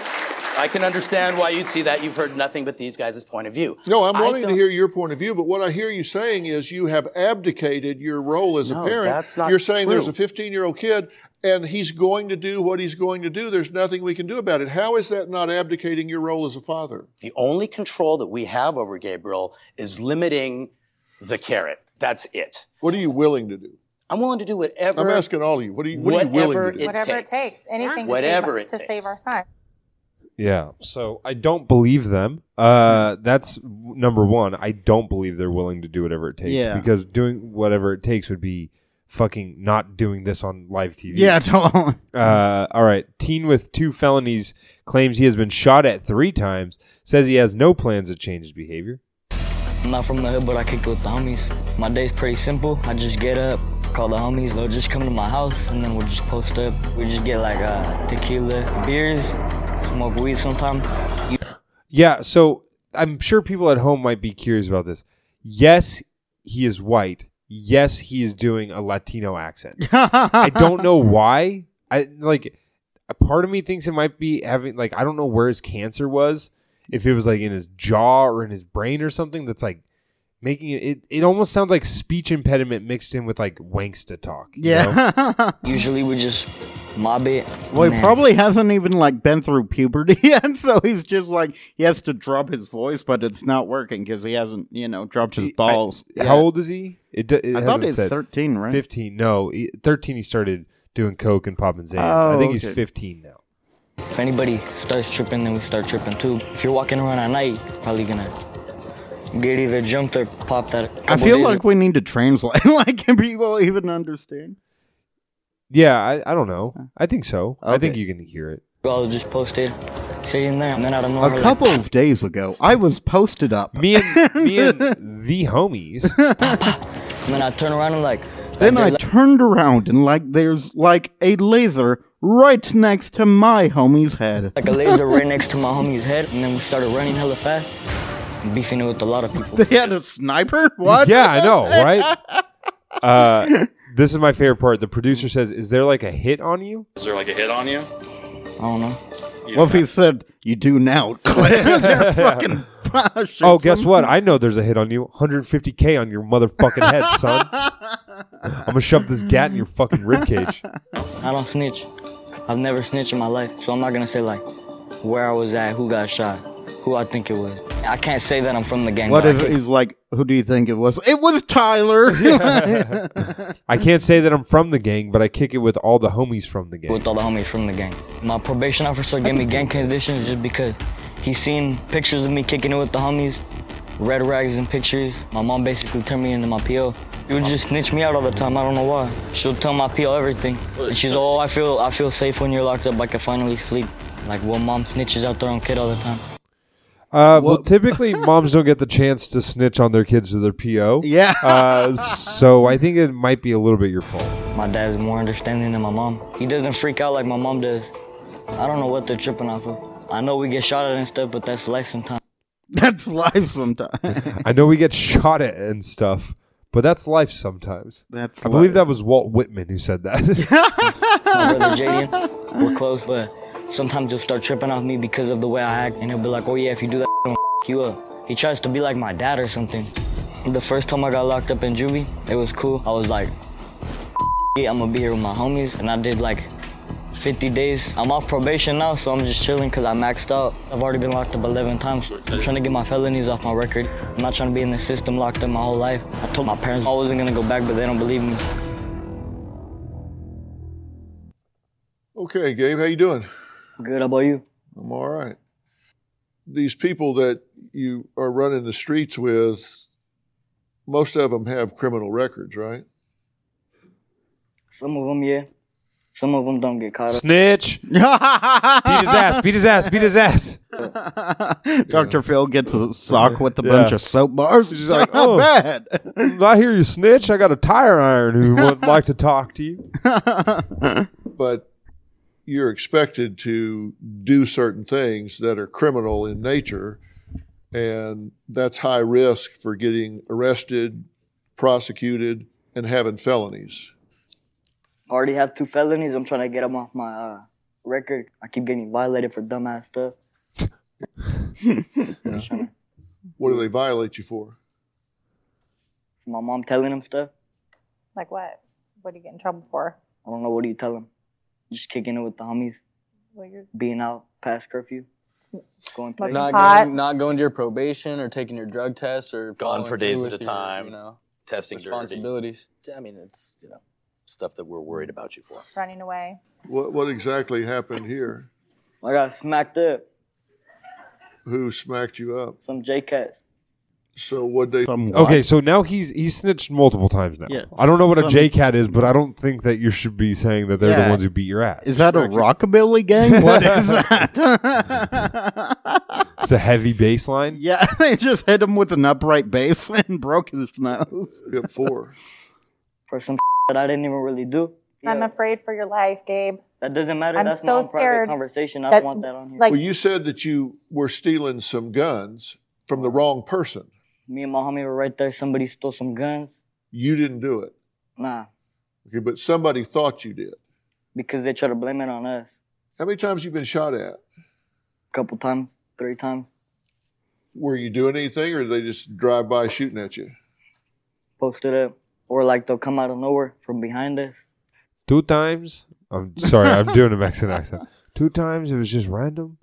[SPEAKER 8] I can understand why you'd see that. You've heard nothing but these guys' point of view.
[SPEAKER 9] No, I'm
[SPEAKER 8] I
[SPEAKER 9] wanting to
[SPEAKER 8] don't-
[SPEAKER 9] hear your point of view, but what I hear you saying is you have abdicated your role as a
[SPEAKER 8] No,
[SPEAKER 9] parent.
[SPEAKER 8] that's not
[SPEAKER 9] You're saying
[SPEAKER 8] true.
[SPEAKER 9] there's a 15 year old kid and he's going to do what he's going to do. There's nothing we can do about it. How is that not abdicating your role as a father?
[SPEAKER 8] The only control that we have over Gabriel is limiting the carrot. That's it.
[SPEAKER 9] What are you willing to do?
[SPEAKER 8] I'm willing to do whatever.
[SPEAKER 9] I'm asking all of you. What are you, what are you
[SPEAKER 8] Whatever
[SPEAKER 9] willing to do?
[SPEAKER 8] it-
[SPEAKER 7] Whatever it
[SPEAKER 8] takes.
[SPEAKER 7] takes, anything
[SPEAKER 8] Whatever
[SPEAKER 7] to,
[SPEAKER 8] it
[SPEAKER 7] save, to save
[SPEAKER 8] takes.
[SPEAKER 7] our son.
[SPEAKER 3] Yeah. So I don't believe them. Uh, that's w- number one. I don't believe they're willing to do whatever it takes
[SPEAKER 4] Yeah.
[SPEAKER 3] because doing whatever it takes would be fucking not doing this on live TV.
[SPEAKER 4] Yeah, totally.
[SPEAKER 3] Uh, all right. Teen with two felonies claims he has been shot at three times. Says he has no plans to change his behavior.
[SPEAKER 5] I'm not from the hood, but I kick with the homies. My day's pretty simple. I just get up, call the homies. They'll just come to my house, and then we'll just post up. We just get like uh, tequila, beers, smoke weed sometimes.
[SPEAKER 3] Yeah. So I'm sure people at home might be curious about this. Yes, he is white. Yes, he is doing a Latino accent. I don't know why. I like a part of me thinks it might be having like I don't know where his cancer was. If it was like in his jaw or in his brain or something that's like making it it, it almost sounds like speech impediment mixed in with like wanksta talk. you know?
[SPEAKER 4] Yeah.
[SPEAKER 5] Usually we just mob it. and
[SPEAKER 4] well, he
[SPEAKER 5] then-
[SPEAKER 4] probably hasn't even like been through puberty yet, so he's just like he has to drop his voice, but it's not working because he hasn't, you know, dropped his balls.
[SPEAKER 3] I-
[SPEAKER 4] yet.
[SPEAKER 3] How old is he? It, do- it
[SPEAKER 4] I thought
[SPEAKER 3] hasn't
[SPEAKER 4] he's
[SPEAKER 3] said.
[SPEAKER 4] thirteen, right?
[SPEAKER 3] 15. No, he- 13 he started doing coke and popping Zans. I
[SPEAKER 4] Oh,
[SPEAKER 3] think he's
[SPEAKER 4] okay.
[SPEAKER 3] 15 now.
[SPEAKER 5] If anybody starts tripping, then we start tripping too. If you're walking around at night, you're probably gonna get either jumped or popped at. a
[SPEAKER 4] I
[SPEAKER 5] couple
[SPEAKER 4] feel
[SPEAKER 5] days.
[SPEAKER 4] like we need to translate. like, can people even understand?
[SPEAKER 3] Yeah, I, I don't know. I think so. I think
[SPEAKER 4] Okay.
[SPEAKER 3] you can hear it.
[SPEAKER 5] we all just posted, sitting there, and then out of nowhere,
[SPEAKER 4] A
[SPEAKER 5] like,
[SPEAKER 4] couple of days ago, I was posted up.
[SPEAKER 3] Me and me and the homies.
[SPEAKER 5] and then I turn around and like,
[SPEAKER 4] Then I turned around and like there's like a laser right next to my homie's head.
[SPEAKER 5] like a laser right next to my homie's head, and then we started running hella fast, beefing it with a lot of people.
[SPEAKER 4] They had a sniper? What?
[SPEAKER 3] Yeah, I know, right? Uh, this is my favorite part. The producer says, "Is there like a hit on you?"
[SPEAKER 11] Is there like a hit on you?
[SPEAKER 5] I don't know.
[SPEAKER 4] Well, if he said, you do now, Claire, fucking
[SPEAKER 3] Oh, guess what? I know there's a hit on you. 150k on your motherfucking head, son. I'm gonna shove this gat in your fucking ribcage.
[SPEAKER 5] I don't snitch. I've never snitched in my life, so I'm not gonna say like where I was at, who got shot, who I think it was. I can't say that I'm from the gang.
[SPEAKER 4] What
[SPEAKER 5] but I
[SPEAKER 4] if
[SPEAKER 5] kick-
[SPEAKER 4] he's like, who do you think it was? It was Tyler.
[SPEAKER 3] I can't say that I'm from the gang, but I kick it with all the homies from the gang.
[SPEAKER 5] with all the homies from the gang. My probation officer gave me gang conditions just because he seen pictures of me kicking it with the homies, red rags and pictures. My mom basically turned me into my PO. She would just snitch me out all the time. I don't know why. She'll tell my PO everything. She's oh, I feel I feel safe when you're locked up. I can finally sleep. Like what mom snitches out their own kid all the time.
[SPEAKER 3] Uh, well, typically moms don't get the chance to snitch on their kids to their PO.
[SPEAKER 4] yeah.
[SPEAKER 3] Uh, so I think it might be a little bit your fault.
[SPEAKER 5] My dad's more understanding than my mom. He doesn't freak out like my mom does. I don't know what they're tripping off of. I know we get shot at and stuff, but that's life sometimes.
[SPEAKER 4] That's life sometimes.
[SPEAKER 3] I know we get shot at and stuff, but that's life sometimes.
[SPEAKER 4] That's
[SPEAKER 3] I believe
[SPEAKER 4] life.
[SPEAKER 3] that was Walt Whitman who said that.
[SPEAKER 5] My brother Jaden, we're close, but sometimes he'll start tripping off me because of the way I act, and he'll be like, "Oh yeah, if you do that, I'm gonna f- you up." He tries to be like my dad or something. The first time I got locked up in juvie, it was cool. I was like, "Yeah, I'm gonna be here with my homies," and I did like 50 days. I'm off probation now, so I'm just chilling because I maxed out. I've already been locked up 11 times. I'm trying to get my felonies off my record. I'm not trying to be in the system locked up my whole life. I told my parents I wasn't gonna go back, but they don't believe me.
[SPEAKER 9] Okay, Gabe, how you doing?
[SPEAKER 5] Good, how about you?
[SPEAKER 9] I'm all right. These people that you are running the streets with, most of them have criminal records, right?
[SPEAKER 5] Some of them, yeah. Some of them don't get caught up.
[SPEAKER 3] Snitch. beat his ass. Beat his ass. Beat his ass.
[SPEAKER 4] Dr. Phil gets a sock with a bunch of soap bars. He's like,
[SPEAKER 3] like, "Oh."
[SPEAKER 4] oh, bad.
[SPEAKER 3] I hear you snitch. I got a tire iron who would like to talk to you.
[SPEAKER 9] But you're expected to do certain things that are criminal in nature, and that's high risk for getting arrested, prosecuted, and having felonies?
[SPEAKER 5] already have two felonies. I'm trying to get them off my uh, record. I keep getting violated for dumbass stuff.
[SPEAKER 9] What do they violate you for?
[SPEAKER 5] My mom telling him stuff.
[SPEAKER 7] Like what? What do you get in trouble for?
[SPEAKER 5] I don't know. What do you tell him? Just kicking it with the homies,
[SPEAKER 7] Well, you're
[SPEAKER 5] being out past curfew, going
[SPEAKER 7] smoking
[SPEAKER 5] places.
[SPEAKER 12] Not
[SPEAKER 7] pot.
[SPEAKER 12] going, not going to your probation or taking your drug test or
[SPEAKER 8] Gone
[SPEAKER 12] following
[SPEAKER 8] for days
[SPEAKER 12] through
[SPEAKER 8] at
[SPEAKER 12] with
[SPEAKER 8] a
[SPEAKER 12] your,
[SPEAKER 8] time.
[SPEAKER 12] you know,
[SPEAKER 8] Testing dirty.
[SPEAKER 12] responsibilities.
[SPEAKER 8] I mean, it's you know stuff that we're worried about you for.
[SPEAKER 7] running away.
[SPEAKER 9] What, what exactly happened here?
[SPEAKER 5] I got smacked up.
[SPEAKER 9] Who smacked you up?
[SPEAKER 5] Some J cats.
[SPEAKER 9] So what they
[SPEAKER 4] Somewhat.
[SPEAKER 13] Okay, so now he's he's snitched multiple times now.
[SPEAKER 4] Yeah.
[SPEAKER 13] I don't know what a
[SPEAKER 4] Some-
[SPEAKER 13] J Cat is, but I don't think that you should be saying that they're
[SPEAKER 4] Yeah.
[SPEAKER 13] the ones who beat your ass.
[SPEAKER 4] Is that a rockabilly gang? What is that?
[SPEAKER 13] it's a heavy bass line.
[SPEAKER 4] yeah, they just hit him with an upright bass and broke his nose.
[SPEAKER 9] you up for?
[SPEAKER 5] for some that I didn't even really do.
[SPEAKER 7] I'm
[SPEAKER 5] Yeah,
[SPEAKER 7] afraid for your life, Gabe.
[SPEAKER 5] that doesn't matter.
[SPEAKER 7] I'm
[SPEAKER 5] That's
[SPEAKER 7] so
[SPEAKER 5] not a private
[SPEAKER 7] scared
[SPEAKER 5] conversation. I
[SPEAKER 7] that-
[SPEAKER 5] don't want that on here.
[SPEAKER 7] Like
[SPEAKER 9] Well, you said that you were stealing some guns from the wrong person.
[SPEAKER 5] Me and my homie were right there. Somebody stole some guns.
[SPEAKER 9] You didn't do it.
[SPEAKER 5] Nah,
[SPEAKER 9] Okay, but somebody thought you did.
[SPEAKER 5] because they try to blame it on us.
[SPEAKER 9] How many times you been shot at?
[SPEAKER 5] couple times, three times.
[SPEAKER 9] Were you doing anything, or did they just drive by shooting at you?
[SPEAKER 5] posted up, or like they'll come out of nowhere from behind us.
[SPEAKER 13] Two times. I'm sorry, I'm doing a Mexican accent. Two times it was just random.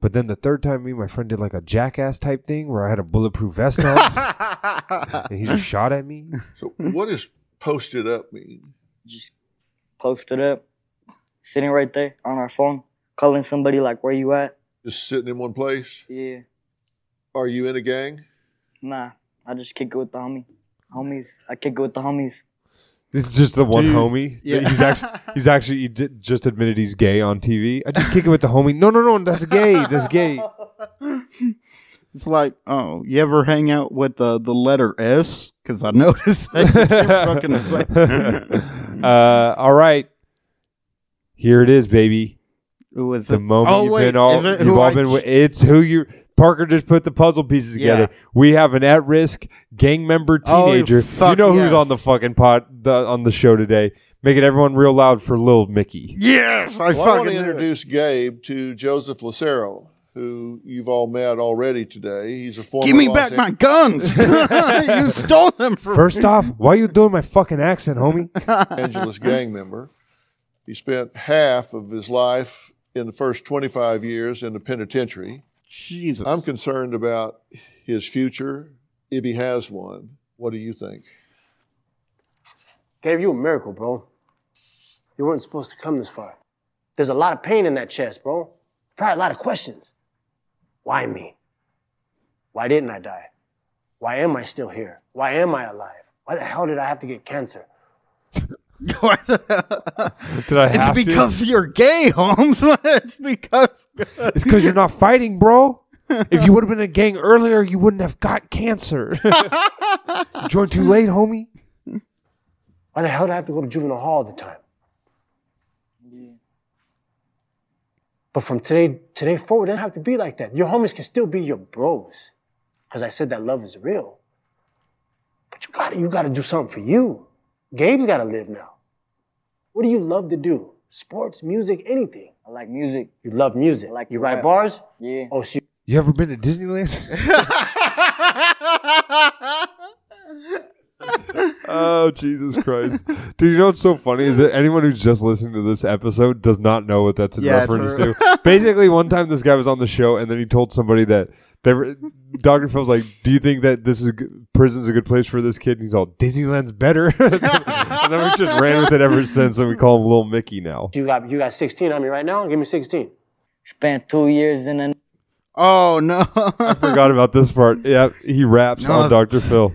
[SPEAKER 13] But then the third time, me and my friend did like a jackass type thing where I had a bulletproof vest on, and he just shot at me.
[SPEAKER 9] So
[SPEAKER 4] Hmm.
[SPEAKER 9] what does posted up mean?
[SPEAKER 5] Posted up, sitting right there on our phone, calling somebody like, "Where you at?"
[SPEAKER 9] Just sitting in one place?
[SPEAKER 5] Yeah,
[SPEAKER 9] Are you in a gang?
[SPEAKER 5] nah. I just kick it with the homie, homies. I kick it with the homies.
[SPEAKER 13] This is just the one
[SPEAKER 4] Dude,
[SPEAKER 13] homie. that
[SPEAKER 4] yeah.
[SPEAKER 13] He's actually he's actually he di- just admitted he's gay on TV. I just kick it with the homie. No, no, no, that's gay. That's gay.
[SPEAKER 4] It's like, oh, you ever hang out with the, the letter S? Because I noticed that you fucking say.
[SPEAKER 13] uh, all right. Here it is, baby.
[SPEAKER 4] Who is
[SPEAKER 13] The
[SPEAKER 4] it?
[SPEAKER 13] moment
[SPEAKER 4] Oh,
[SPEAKER 13] you've
[SPEAKER 4] wait,
[SPEAKER 13] been all
[SPEAKER 4] is it
[SPEAKER 13] you've
[SPEAKER 4] who
[SPEAKER 13] all
[SPEAKER 4] I-
[SPEAKER 13] been with. It's who you. Parker just put the puzzle pieces together. We have an at-risk gang member
[SPEAKER 4] Oh, you
[SPEAKER 13] teenager. you
[SPEAKER 4] fuck
[SPEAKER 13] know
[SPEAKER 4] yes.
[SPEAKER 13] who's on the fucking pod the, on the show today. Making everyone real loud for little Mickey.
[SPEAKER 4] Yes, I
[SPEAKER 9] Well, I want to
[SPEAKER 4] fucking knew it.
[SPEAKER 9] introduce Gabe to Joseph Lucero, who you've all met already today. He's a former.
[SPEAKER 4] Give me
[SPEAKER 9] Los
[SPEAKER 4] back
[SPEAKER 9] An-
[SPEAKER 4] my guns. you stole them from
[SPEAKER 13] First off, why you doing my fucking accent, homie?
[SPEAKER 9] Angeles gang member. He spent half of his life in the first 25 years in the penitentiary.
[SPEAKER 4] Jesus.
[SPEAKER 9] I'm concerned about his future if he has one. What do you think?
[SPEAKER 14] Gave you a miracle, bro. You weren't supposed to come this far. There's a lot of pain in that chest, bro. Probably a lot of questions. Why me? Why didn't I die? Why am I still here? Why am I alive? Why the hell did I have to get cancer?
[SPEAKER 13] Did I have to?
[SPEAKER 4] it's because you're gay, Holmes. it's because
[SPEAKER 13] It's because you're not fighting, bro. If you would have been in a gang earlier, you wouldn't have got cancer. You Joined too late, homie.
[SPEAKER 14] Why the hell do I have to go to juvenile hall all the time? But from today today forward, it doesn't have to be like that. Your homies can still be your bros. Because I said that love is real. But you gotta, you gotta do something for you. Gabe's gotta live now. What do you love to do? Sports, music, anything.
[SPEAKER 5] I like music.
[SPEAKER 14] You love music.
[SPEAKER 5] Like
[SPEAKER 14] you
[SPEAKER 5] rap.
[SPEAKER 14] ride bars?
[SPEAKER 5] Yeah,
[SPEAKER 14] Oh, so you
[SPEAKER 13] You ever been to Disneyland? oh, Jesus Christ. Dude, you know what's so funny is that anyone who's just listening to this episode does not know what that's in
[SPEAKER 4] Yeah,
[SPEAKER 13] reference
[SPEAKER 4] true.
[SPEAKER 13] to. Basically, one time this guy was on the show and then he told somebody that they were, Dr. Phil's like, Do you think that this is a good, prison's a good place for this kid? And he's all, Disneyland's better. and then we just ran with it ever since and we call him Little Mickey now.
[SPEAKER 14] you got you got 16 on me right now? Give me 16.
[SPEAKER 5] spent two years in an.
[SPEAKER 4] oh no.
[SPEAKER 13] Forgot about this part. Yeah, he raps
[SPEAKER 4] No.
[SPEAKER 13] on Dr. Phil.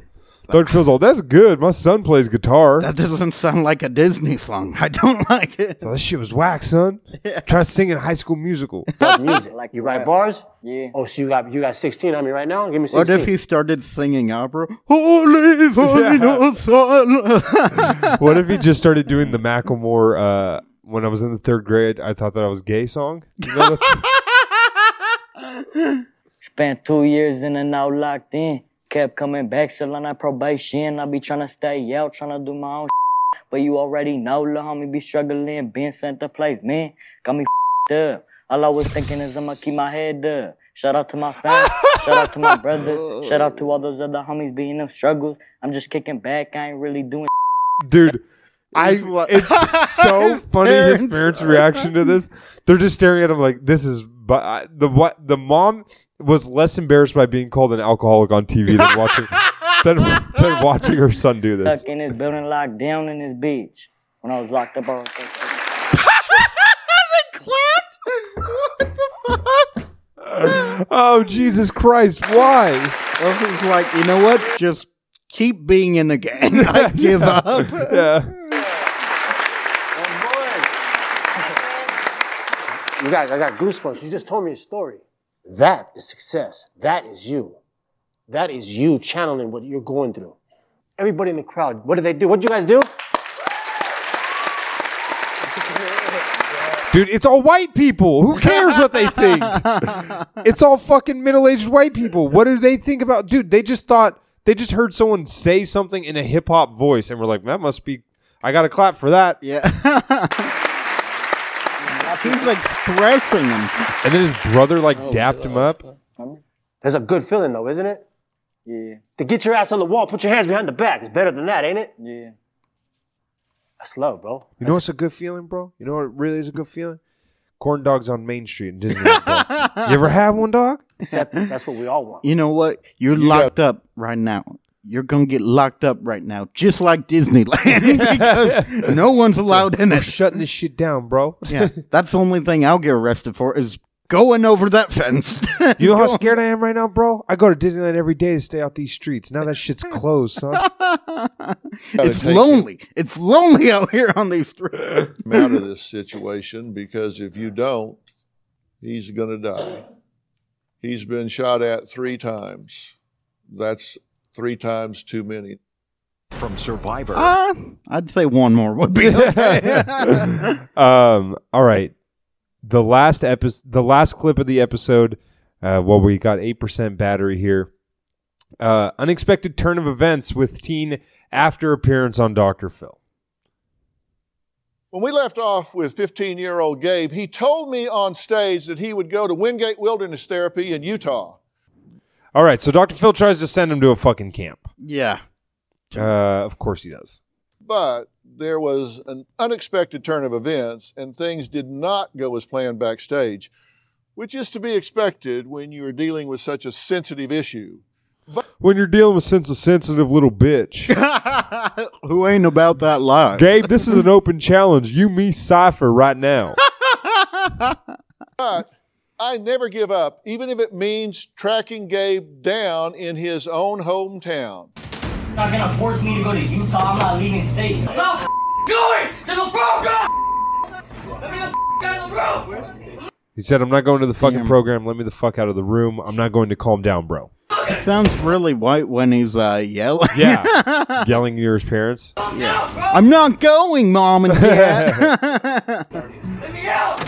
[SPEAKER 13] Dr. Phil's all, that's good. My son plays guitar.
[SPEAKER 4] that doesn't sound like a Disney song. I don't like it.
[SPEAKER 13] Oh, this shit was whack, son. Try singing High School Musical.
[SPEAKER 14] Love music.
[SPEAKER 5] Like
[SPEAKER 14] you
[SPEAKER 5] rap.
[SPEAKER 14] ride bars?
[SPEAKER 5] Yeah,
[SPEAKER 14] Oh, so you got you got 16 on me right now? Give me 16.
[SPEAKER 4] What if he started singing opera? Holy, holy, no son.
[SPEAKER 13] what if he just started doing the Macklemore? Uh, when I was in the third grade, I thought that I was gay song. You know, that's-
[SPEAKER 5] spent two years in and out locked in. Kept coming back, still on that probation. I be trying to stay out, trying to do my own shit. But you already know, lil' homie be struggling. Been sent to place, man. Got me fed up. All I was thinking is I'ma keep my head up. Shout out to my fans, shout out to my brothers, shout out to all those other homies be in them struggles. I'm just kicking back, I ain't really doing
[SPEAKER 3] dude. I it's so funny his parents' reaction to this. They're just staring at him like this is. But I- the what the mom was less embarrassed by being called an alcoholic on TV than watching than, than watching her son do this.
[SPEAKER 5] stuck in this building, locked down in this bitch. When I was locked up, I was like,
[SPEAKER 3] oh Jesus Christ! Why?
[SPEAKER 4] Well, he's like, you know what? Just keep being in the game. I give up.
[SPEAKER 3] Yeah.
[SPEAKER 14] You guys, I got goosebumps. You just told me a story. That is success. That is you. That is you channeling what you're going through. Everybody in the crowd, what did they do? What'd you guys do?
[SPEAKER 3] Dude, it's all white people. Who cares what they think? it's all fucking middle-aged white people. What do they think about? Dude, they just thought they just heard someone say something in a hip hop voice, and we're like, that must be. I got to clap for that.
[SPEAKER 4] Yeah. He's like caressing him.
[SPEAKER 3] And then his brother like dapped him up.
[SPEAKER 14] That's a good feeling though, isn't it?
[SPEAKER 5] yeah,
[SPEAKER 14] To get your ass on the wall, put your hands behind the back. It's better than that, ain't it?
[SPEAKER 5] yeah.
[SPEAKER 14] That's love, bro.
[SPEAKER 3] You know what's a good feeling, bro? You know what really is a good feeling? Corn dogs on Main Street in Disneyland. bro. you ever had one, dog?
[SPEAKER 14] Acceptance. That's what we all want.
[SPEAKER 4] You know what? You're locked up right now. You're gonna get locked up right now, just like Disneyland, because no one's allowed in
[SPEAKER 3] We're
[SPEAKER 4] it.
[SPEAKER 3] shutting this shit down, bro.
[SPEAKER 4] Yeah, that's the only thing I'll get arrested for is going over that fence.
[SPEAKER 3] You know how scared I am right now, bro? I go to Disneyland every day to stay out these streets. Now that shit's closed, son.
[SPEAKER 4] it's
[SPEAKER 9] take
[SPEAKER 4] lonely. It's lonely out here on these streets.
[SPEAKER 9] him out of this situation because if you don't, he's going to die. He's been shot at three times. That's three times too many.
[SPEAKER 6] From Survivor.
[SPEAKER 4] Uh, I'd say one more would be okay.
[SPEAKER 3] um, all right. The last episode, the last clip of the episode. Uh, well, we got eight percent battery here. Uh, unexpected turn of events with teen after appearance on Doctor Phil.
[SPEAKER 9] When we left off with 15 year old Gabe, he told me on stage that he would go to Wingate Wilderness Therapy in Utah.
[SPEAKER 3] All right, so Doctor Phil tries to send him to a fucking camp.
[SPEAKER 4] yeah.
[SPEAKER 3] Uh, of course he does.
[SPEAKER 9] But there was an unexpected turn of events, and things did not go as planned backstage, which is to be expected when you are dealing with such a sensitive issue.
[SPEAKER 3] When you're dealing with sense of sensitive little bitch.
[SPEAKER 4] Who ain't about that life?
[SPEAKER 3] Gabe, this is an open challenge. You, me, Cypher right now.
[SPEAKER 9] I never give up, even if it means tracking Gabe down in his own hometown.
[SPEAKER 5] You're not gonna force me to go to Utah. I'm not leaving state. I'm not going to the program. Let me the out of the room.
[SPEAKER 3] He said, I'm not going to the fucking program. Let me the fuck out of the room. I'm not going to calm down, bro.
[SPEAKER 4] It sounds really white when he's uh, yelling.
[SPEAKER 3] Yeah. Yelling near his parents.
[SPEAKER 4] I'm not going, mom and dad.
[SPEAKER 5] Let me out.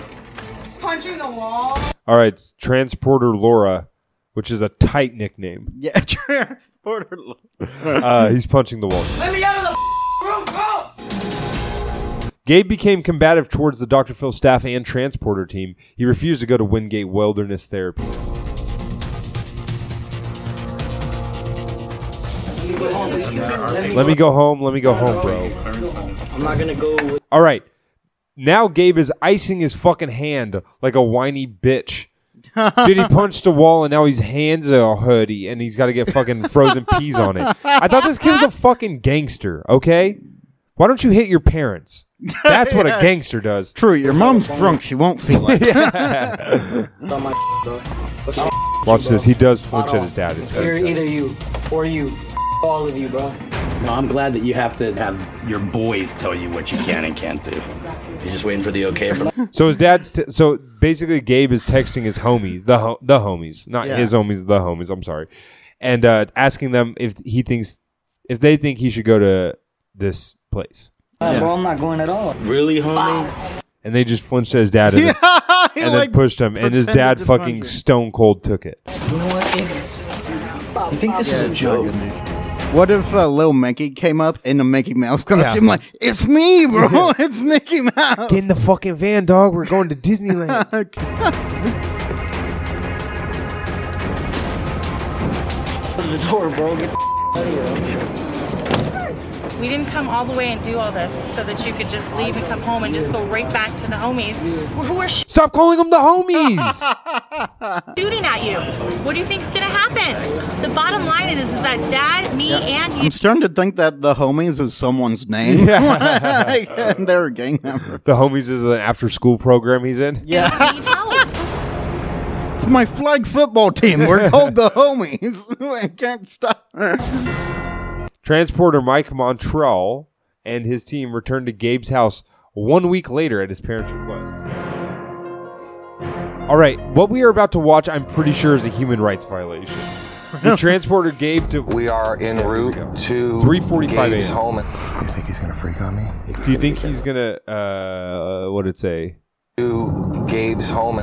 [SPEAKER 5] It's punching the wall.
[SPEAKER 3] All right, it's Transporter Laura, which is a tight nickname.
[SPEAKER 4] yeah, transporter.
[SPEAKER 3] Uh, he's punching the wall.
[SPEAKER 5] Let me out of the room, bro.
[SPEAKER 3] Gabe became combative towards the Dr. Phil staff and transporter team. He refused to go to Wingate Wilderness Therapy. Let me go home. Let me go home, bro.
[SPEAKER 5] I'm not gonna go with
[SPEAKER 3] All right. Now Gabe is icing his fucking hand like a whiny bitch. Did he punch the wall and now his hands are hoodie and he's got to get fucking frozen peas on it? I thought this kid was a fucking gangster, okay? Why don't you hit your parents? That's what a gangster does.
[SPEAKER 4] True, your mom's drunk. She won't feel like it.
[SPEAKER 5] all my bro.
[SPEAKER 3] Watch this. He does flinch at his dad. It's
[SPEAKER 5] You're
[SPEAKER 3] very
[SPEAKER 5] either you or you. All of you, bro.
[SPEAKER 6] No, I'm glad that you have to have your boys tell you what you can and can't do. You're just waiting for the okay from
[SPEAKER 3] So his dad's t- so basically Gabe is texting his homies, the ho- the homies, not
[SPEAKER 4] Yeah.
[SPEAKER 3] his homies, the homies. I'm sorry, and uh, asking them if he thinks if they think he should go to this place,
[SPEAKER 5] Uh, Bro, I'm not going at all.
[SPEAKER 6] really, homie.
[SPEAKER 3] and they just flinched at his dad and, then,
[SPEAKER 4] He
[SPEAKER 3] and then
[SPEAKER 4] like
[SPEAKER 3] pushed him, and his
[SPEAKER 4] pretended
[SPEAKER 3] dad
[SPEAKER 4] to punch
[SPEAKER 3] fucking
[SPEAKER 4] him.
[SPEAKER 3] stone cold took it.
[SPEAKER 5] You know what? Bob,
[SPEAKER 13] You think this is a joke?
[SPEAKER 4] What if uh, Lil Mickey came up in a Mickey Mouse costume? Like, it's me, bro. it's Mickey Mouse.
[SPEAKER 3] Get in the fucking van, dog. We're going to Disneyland.
[SPEAKER 6] Close the door, bro. Get the out of here.
[SPEAKER 7] We didn't come all the way and do all this so that you could just leave and come home and just go right back to the homies who are sh-
[SPEAKER 3] Stop calling them the homies.
[SPEAKER 7] shooting at you. What do you think's gonna happen? The bottom line is, is that dad, me, and you
[SPEAKER 4] I'm starting to think that the homies is someone's name. Like, They're a gang member.
[SPEAKER 3] the homies is an after-school program he's in.
[SPEAKER 4] Yeah. it's my flag football team. We're called the homies. I can't stop.
[SPEAKER 3] Transporter Mike Montrell and his team returned to Gabe's house one week later at his parents' request. All right, what we are about to watch, I'm pretty sure, is a human rights violation. The transporter Gabe to. We are en route to 3:45
[SPEAKER 15] Gabe's home.
[SPEAKER 3] I think he's gonna freak on me. Do you think he's gonna? Uh, what would it say?
[SPEAKER 15] To Gabe's home.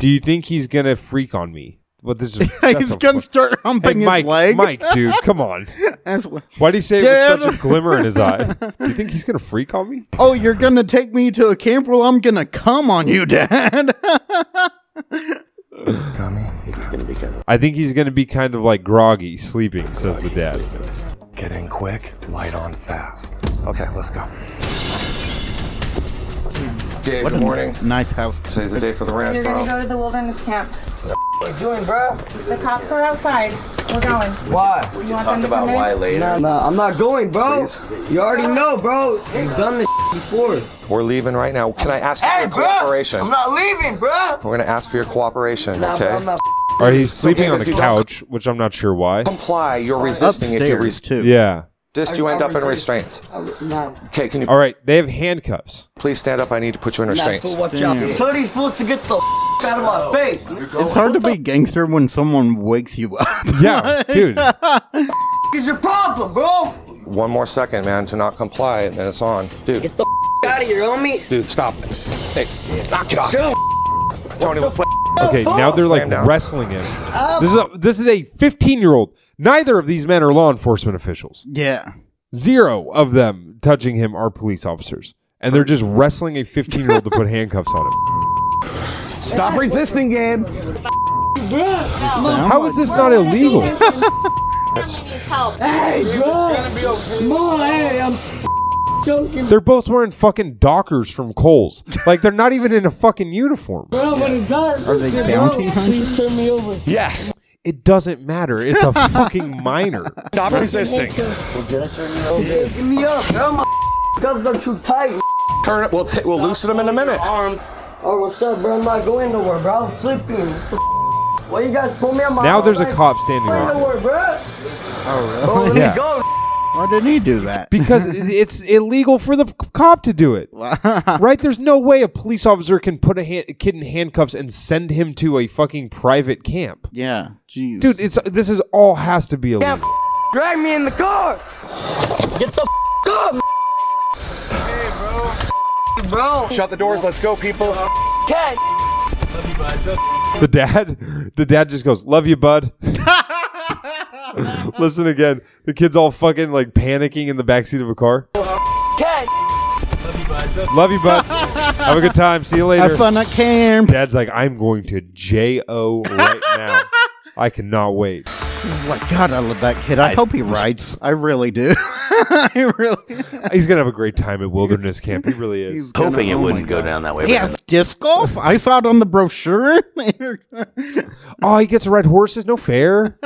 [SPEAKER 3] Do you think he's gonna freak on me? What this? Is, that's
[SPEAKER 4] He's
[SPEAKER 3] a
[SPEAKER 4] gonna
[SPEAKER 3] fu-
[SPEAKER 4] start humping
[SPEAKER 3] hey,
[SPEAKER 4] his
[SPEAKER 3] Mike,
[SPEAKER 4] leg.
[SPEAKER 3] Mike, dude, come on.
[SPEAKER 4] That's what-
[SPEAKER 3] Why do you say it with
[SPEAKER 4] Dad.
[SPEAKER 3] such a glimmer in his eye? Do you think he's gonna freak on me?
[SPEAKER 4] Oh, you're gonna take me to a camp? Well, I'm gonna come on you, Dad.
[SPEAKER 3] I think he's gonna be kind of like groggy, sleeping. Says the dad.
[SPEAKER 15] Get in quick, light on fast. Okay, let's go. Dave,
[SPEAKER 4] What a
[SPEAKER 15] good morning.
[SPEAKER 4] Nice house.
[SPEAKER 15] Today's the day for the ranch,
[SPEAKER 7] You're gonna
[SPEAKER 15] bro.
[SPEAKER 7] go to the wilderness camp.
[SPEAKER 15] What
[SPEAKER 7] you doing, bro? The cops are outside. We're going.
[SPEAKER 6] Why?
[SPEAKER 7] You want them to come in?
[SPEAKER 6] No, no, I'm not going, bro. You already know, bro. You've done this before.
[SPEAKER 15] We're leaving right now. Can I ask for
[SPEAKER 6] Hey,
[SPEAKER 15] your
[SPEAKER 6] bro.
[SPEAKER 15] cooperation?
[SPEAKER 6] I'm not leaving, bro.
[SPEAKER 15] We're gonna ask for your cooperation,
[SPEAKER 6] Nah,
[SPEAKER 15] okay?
[SPEAKER 6] bro, I'm not.
[SPEAKER 3] All right, he's
[SPEAKER 15] So,
[SPEAKER 3] sleeping
[SPEAKER 15] Gabe,
[SPEAKER 3] on
[SPEAKER 15] if
[SPEAKER 3] the
[SPEAKER 15] you don't
[SPEAKER 3] couch, which I'm not sure why.
[SPEAKER 15] Comply, you're resisting if you
[SPEAKER 3] Upstairs,
[SPEAKER 15] resist.
[SPEAKER 3] too. Yeah.
[SPEAKER 15] Just you end up in restraints.
[SPEAKER 6] Nah.
[SPEAKER 15] Okay, can you?
[SPEAKER 3] All right, they have handcuffs.
[SPEAKER 15] Please stand up. I need to put you in restraints.
[SPEAKER 6] Nah, fool, watch out. Somebody's supposed to get the out of my face.
[SPEAKER 4] It's hard to be gangster when someone wakes you up.
[SPEAKER 15] Yeah, dude.
[SPEAKER 6] Is your problem, bro?
[SPEAKER 15] One more second, man, to not comply, and then it's on, dude. Get the
[SPEAKER 6] Out of here, homie.
[SPEAKER 15] dude. Stop it. Hey, knock it off.
[SPEAKER 6] Chill.
[SPEAKER 15] Tony, let's lay-
[SPEAKER 3] Okay, now they're like
[SPEAKER 15] Lay him down.
[SPEAKER 3] wrestling him. This is a this is a 15 year old. Neither of these men are law enforcement officials.
[SPEAKER 4] Yeah.
[SPEAKER 3] Zero of them touching him are police officers, and they're just wrestling a 15 year old to put handcuffs on him.
[SPEAKER 13] Stop resisting, Gabe.
[SPEAKER 3] How is this not illegal?
[SPEAKER 13] Hey, bro.
[SPEAKER 6] Oh,
[SPEAKER 13] Ma, hey, I'm joking.
[SPEAKER 3] They're both wearing fucking Dockers from Kohl's. Like they're not even in a fucking uniform.
[SPEAKER 13] Bro, when he does,
[SPEAKER 3] Are they
[SPEAKER 13] bro,
[SPEAKER 3] bounty
[SPEAKER 13] so you turn me over.
[SPEAKER 15] Yes.
[SPEAKER 3] It doesn't matter. It's a fucking minor.
[SPEAKER 15] Stop resisting.
[SPEAKER 6] Give me up, bro. My gloves are too tight.
[SPEAKER 15] Turn it. We'll t- we'll loosen him in a minute.
[SPEAKER 6] Arms. Oh, what's up, bro? I'm not going nowhere, bro. I'm flipping. What the f- Why you guys pull me on my
[SPEAKER 3] Now there's a
[SPEAKER 6] arm?
[SPEAKER 3] cop standing
[SPEAKER 6] I'm not
[SPEAKER 3] right.
[SPEAKER 6] going nowhere, bro.
[SPEAKER 4] Oh,
[SPEAKER 6] Bro, let
[SPEAKER 3] Yeah.
[SPEAKER 6] me go.
[SPEAKER 4] Why didn't he do that?
[SPEAKER 3] Because it- it's illegal for the cop to do it. right? There's no way a police officer can put a, hand, a kid in handcuffs and send him to a fucking private camp.
[SPEAKER 4] Yeah. Jeez.
[SPEAKER 3] Dude, it's this is all has to be illegal.
[SPEAKER 6] Yeah, drag me in the car. Get the f- up. Hey, bro. Bro.
[SPEAKER 15] Shut the doors. Let's go, people.
[SPEAKER 6] Cat.
[SPEAKER 3] The dad, the dad just goes, "Love you, bud." Listen again. The kid's all fucking like panicking in the backseat of a car.
[SPEAKER 6] Cat.
[SPEAKER 3] Love you, bud. Have a good time. See you later.
[SPEAKER 4] Have fun at camp.
[SPEAKER 3] Dad's like, I'm going to J.O. right now. I cannot wait.
[SPEAKER 4] Like, Oh God, I love that kid. I,
[SPEAKER 3] I-
[SPEAKER 4] hope he rides. I really do. I really.
[SPEAKER 3] He's going to have a great time at wilderness camp. He really is.
[SPEAKER 8] Hoping
[SPEAKER 4] oh
[SPEAKER 8] it wouldn't go down that way.
[SPEAKER 4] He has disc golf. I saw it on the brochure.
[SPEAKER 3] Oh, he gets to ride horses? No fair.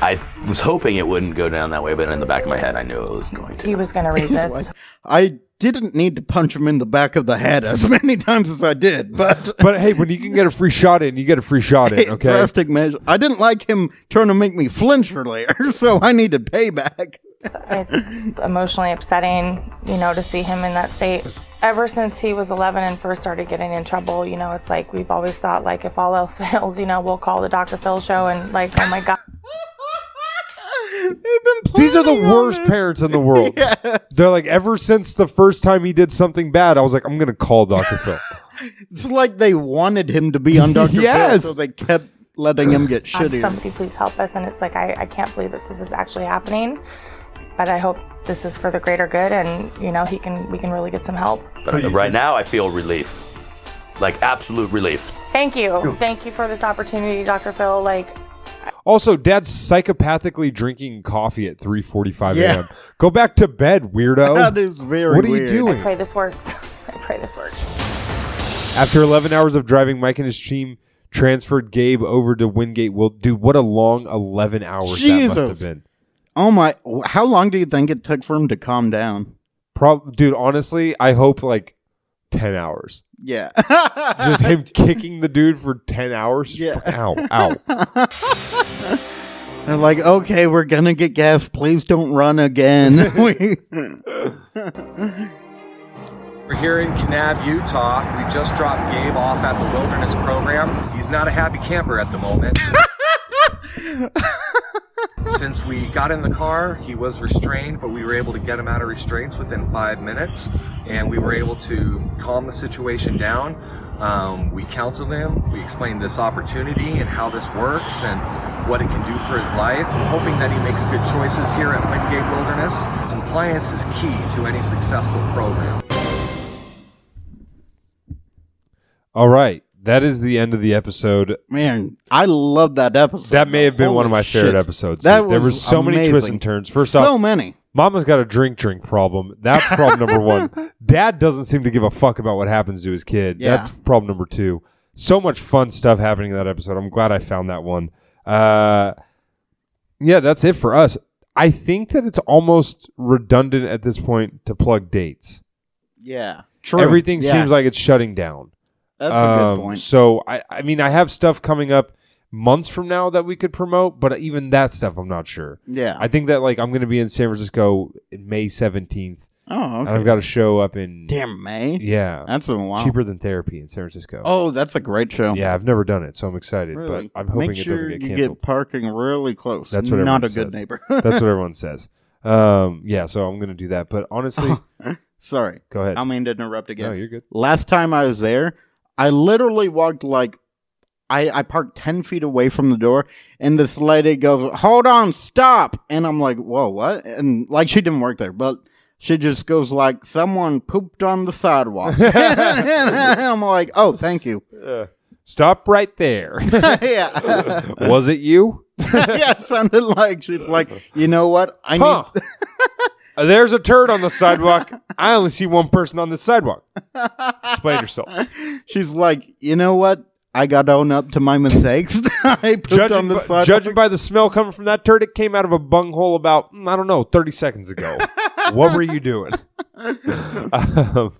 [SPEAKER 8] I was hoping it wouldn't go down that way, but in the back of my head, I knew it was going to.
[SPEAKER 7] He was gonna resist.
[SPEAKER 4] I didn't need to punch him in the back of the head as many times as I did, but
[SPEAKER 3] But hey, when you can get a free shot in, you get a free shot in, okay?
[SPEAKER 4] drastic measure. I didn't like him trying to make me flinch earlier, so I needed payback.
[SPEAKER 7] it's emotionally upsetting, you know, to see him in that state. Ever since he was 11 and first started getting in trouble, you know, it's like we've always thought, like, if all else fails, you know, we'll call the Dr. Phil show and, like, oh my God.
[SPEAKER 3] These are the worst parents in the world. They're like, ever since the first time he did something bad, I was like, I'm going to call Dr. Phil.
[SPEAKER 4] It's like they wanted him to be on Dr.
[SPEAKER 16] Yes.
[SPEAKER 4] Phil, so they kept letting him get
[SPEAKER 16] Um,
[SPEAKER 4] shittier.
[SPEAKER 16] somebody please help us. And it's like, I, I can't believe that this is actually happening, but I hope this is for the greater good. And you know, he can, we can really get some help.
[SPEAKER 8] But right now, I feel relief, like absolute relief.
[SPEAKER 16] Thank you. Thank you for this opportunity, Dr. Phil. Like,
[SPEAKER 3] Also, dad's psychopathically drinking coffee at 3:45
[SPEAKER 16] Yeah.
[SPEAKER 3] a.m. Go back to bed, weirdo.
[SPEAKER 16] That is very
[SPEAKER 3] Oh. What are
[SPEAKER 16] weird.
[SPEAKER 3] you doing?
[SPEAKER 16] I pray this works. I pray this works.
[SPEAKER 3] After 11 hours of driving, Mike and his team transferred Gabe over to Wingate. Will dude, what a long 11 hours that must
[SPEAKER 4] Jesus.
[SPEAKER 3] have been.
[SPEAKER 4] Oh my! How long do you think it took for him to calm down?
[SPEAKER 3] Prob- dude, honestly, I hope like 10 hours.
[SPEAKER 4] Yeah.
[SPEAKER 3] Just him kicking the dude for 10 hours.
[SPEAKER 4] Yeah.
[SPEAKER 3] Fuck, Ow, ow.
[SPEAKER 4] They're like, okay, we're gonna get gas. Please don't run again. We-
[SPEAKER 15] We're here in Kanab, Utah. We just dropped Gabe off at the Wilderness Program. He's not a happy camper at the moment. Since we got in the car, he was restrained, but we were able to get him out of restraints within five minutes, and we were able to calm the situation down. Um, we counseled him, we explained this opportunity and how this works and what it can do for his life. I'm hoping that he makes good choices here at Wingate Wilderness. Compliance is key to any successful program.
[SPEAKER 3] All right. That is the end of the episode.
[SPEAKER 4] Man, I love that episode.
[SPEAKER 3] That may have been one of my
[SPEAKER 4] Holy shit.
[SPEAKER 3] favorite episodes.
[SPEAKER 4] That
[SPEAKER 3] dude. there were
[SPEAKER 4] was
[SPEAKER 3] so many twists
[SPEAKER 4] amazing.
[SPEAKER 3] and turns. First
[SPEAKER 4] So
[SPEAKER 3] off,
[SPEAKER 4] many.
[SPEAKER 3] Mama's got a drink drink problem. That's problem number one. Dad doesn't seem to give a fuck about what happens to his kid.
[SPEAKER 4] Yeah.
[SPEAKER 3] That's problem number two. So much fun stuff happening in that episode. I'm glad I found that one. Uh, yeah, that's it for us. I think that it's almost redundant at this point to plug dates.
[SPEAKER 4] Yeah.
[SPEAKER 3] Everything
[SPEAKER 4] Yeah.
[SPEAKER 3] seems like it's shutting down.
[SPEAKER 4] That's a good
[SPEAKER 3] point. Um, So I, I mean, I have stuff coming up months from now that we could promote, but even that stuff, I'm not sure.
[SPEAKER 4] Yeah.
[SPEAKER 3] I think that like I'm going to be in San Francisco May 17th.
[SPEAKER 4] Oh,
[SPEAKER 3] And
[SPEAKER 4] okay.
[SPEAKER 3] I've got a show up in
[SPEAKER 4] Damn, May?
[SPEAKER 3] Yeah,
[SPEAKER 4] That's been a while.
[SPEAKER 3] Cheaper than therapy in San Francisco.
[SPEAKER 4] Oh, that's a great show.
[SPEAKER 3] Yeah, I've never done it, so I'm excited.
[SPEAKER 4] Really.
[SPEAKER 3] But I'm hoping
[SPEAKER 4] Make
[SPEAKER 3] it doesn't
[SPEAKER 4] sure
[SPEAKER 3] get
[SPEAKER 4] you
[SPEAKER 3] canceled.
[SPEAKER 4] get parking really close.
[SPEAKER 3] That's what
[SPEAKER 4] not
[SPEAKER 3] everyone
[SPEAKER 4] a good
[SPEAKER 3] says.
[SPEAKER 4] neighbor.
[SPEAKER 3] That's what everyone says. Um, yeah, so I'm gonna do that. But honestly,
[SPEAKER 4] Sorry.
[SPEAKER 3] Go ahead.
[SPEAKER 4] I mean to interrupt again.
[SPEAKER 3] No, you're good.
[SPEAKER 4] Last time I was there, I literally walked like I, I parked ten feet away from the door, and this lady goes, "Hold on, stop!" And I'm like, "Whoa, what?" And like she didn't work there, but she just goes like, "Someone pooped on the sidewalk." and I'm like, "Oh, thank you."
[SPEAKER 3] Stop right there.
[SPEAKER 4] yeah.
[SPEAKER 3] was it you?
[SPEAKER 4] yeah, it sounded like she's like, you know what? I
[SPEAKER 3] Huh. There's a turd on the sidewalk. I only see one person on the sidewalk. Explain yourself.
[SPEAKER 4] need. She's like, you know what? I got to own up to my mistakes. I pooped
[SPEAKER 3] Judging,
[SPEAKER 4] on the
[SPEAKER 3] by,
[SPEAKER 4] sidewalk.
[SPEAKER 3] judging by the smell coming from that turd, it came out of a bunghole about, mm, I don't know, 30 seconds ago. what were you doing? um,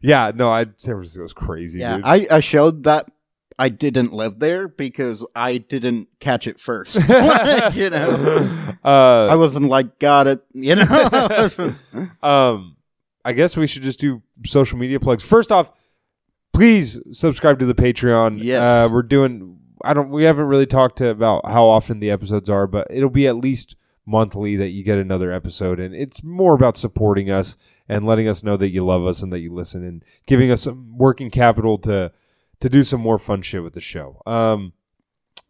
[SPEAKER 3] yeah, no, I, San Francisco's crazy,
[SPEAKER 4] yeah,
[SPEAKER 3] dude.
[SPEAKER 4] I, I showed that I didn't live there because I didn't catch it first. Like, you know,
[SPEAKER 3] Uh,
[SPEAKER 4] I wasn't like, got it. You know,
[SPEAKER 3] um, I guess we should just do social media plugs. First off, please subscribe to the Patreon. Yes. Uh, we're doing. I don't. We haven't really talked to about how often the episodes are, but it'll be at least monthly that you get another episode, and it's more about supporting us and letting us know that you love us and that you listen, and giving us some working capital to to do some more fun shit with the show. Um,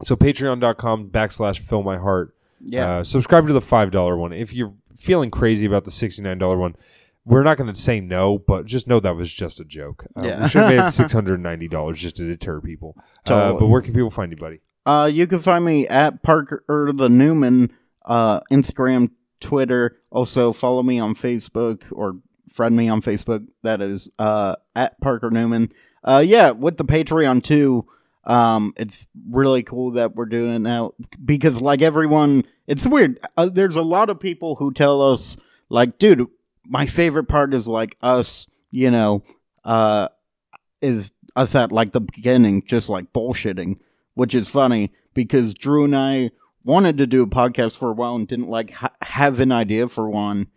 [SPEAKER 3] so patreon.com backslash fill my heart.
[SPEAKER 4] Yeah.
[SPEAKER 3] Uh, subscribe to the five dollar one. If you're feeling crazy about the sixty nine dollar one, we're not going to say no, but just know that was just a joke. Uh,
[SPEAKER 4] Yeah.
[SPEAKER 3] We should have made it six hundred ninety dollars just to deter people. Uh,
[SPEAKER 4] Totally.
[SPEAKER 3] but where can people find you, buddy?
[SPEAKER 4] Uh, you can find me at Parker the Newman, uh, Instagram, Twitter. Also, follow me on Facebook or friend me on Facebook. That is uh, at Parker Newman. Uh, yeah, with the Patreon too. Um, it's really cool that we're doing it now because, like everyone, it's weird. Uh, there's a lot of people who tell us, like, dude, my favorite part is like us, you know, uh, is us at like the beginning just like bullshitting, which is funny because Drew and I wanted to do a podcast for a while and didn't like ha- have an idea for one,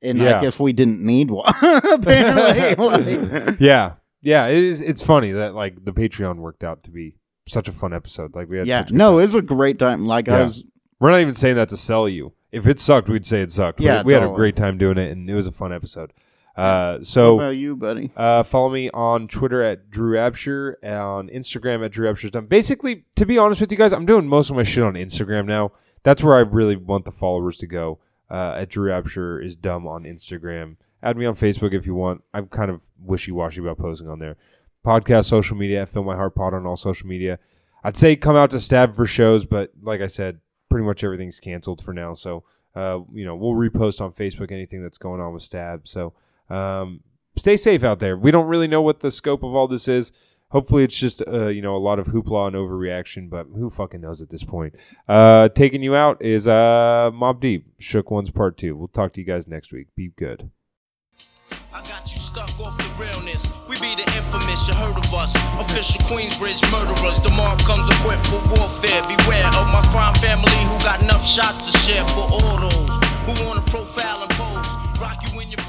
[SPEAKER 4] and
[SPEAKER 3] Yeah.
[SPEAKER 4] I guess we didn't need one apparently. like-
[SPEAKER 3] yeah, yeah. It is. It's funny that like the Patreon worked out to be such a fun episode. Like we had.
[SPEAKER 4] yeah,
[SPEAKER 3] Such
[SPEAKER 4] no, it was a great time. Like I
[SPEAKER 3] Yeah.
[SPEAKER 4] was,
[SPEAKER 3] We're not even saying that to sell you. If it sucked, we'd say it sucked. We-
[SPEAKER 4] Yeah,
[SPEAKER 3] we, had a
[SPEAKER 4] totally.
[SPEAKER 3] great time doing it, and it was a fun episode. Uh, so
[SPEAKER 4] What about you, buddy?
[SPEAKER 3] Uh, follow me on Twitter at Drew Absher, on Instagram at Drew Absher's done. Basically, to be honest with you guys, I'm doing most of my shit on Instagram now. That's where I really want the followers to go. Uh, at Drew Absher is dumb on Instagram. Add me on Facebook if you want. I'm kind of wishy washy about posting on there. Podcast, social media, Fill My Heart Pod on all social media. I'd say come out to Stab for shows, but like I said, pretty much everything's canceled for now. So, uh, you know, we'll repost on Facebook anything that's going on with Stab. So, um, stay safe out there. We don't really know what the scope of all this is. Hopefully, it's just uh, you know a lot of hoopla and overreaction, but who fucking knows at this point? Uh, taking you out is uh, Mob Deep, Shook Ones Part Two. We'll talk to you guys next week. Be good.
[SPEAKER 2] stuck off the realness. We be the infamous, you heard of us. Official Queensbridge murderers. The mob comes equipped for warfare. Beware of my crime family who got enough shots to share for all those who want to profile and pose. Rock you in your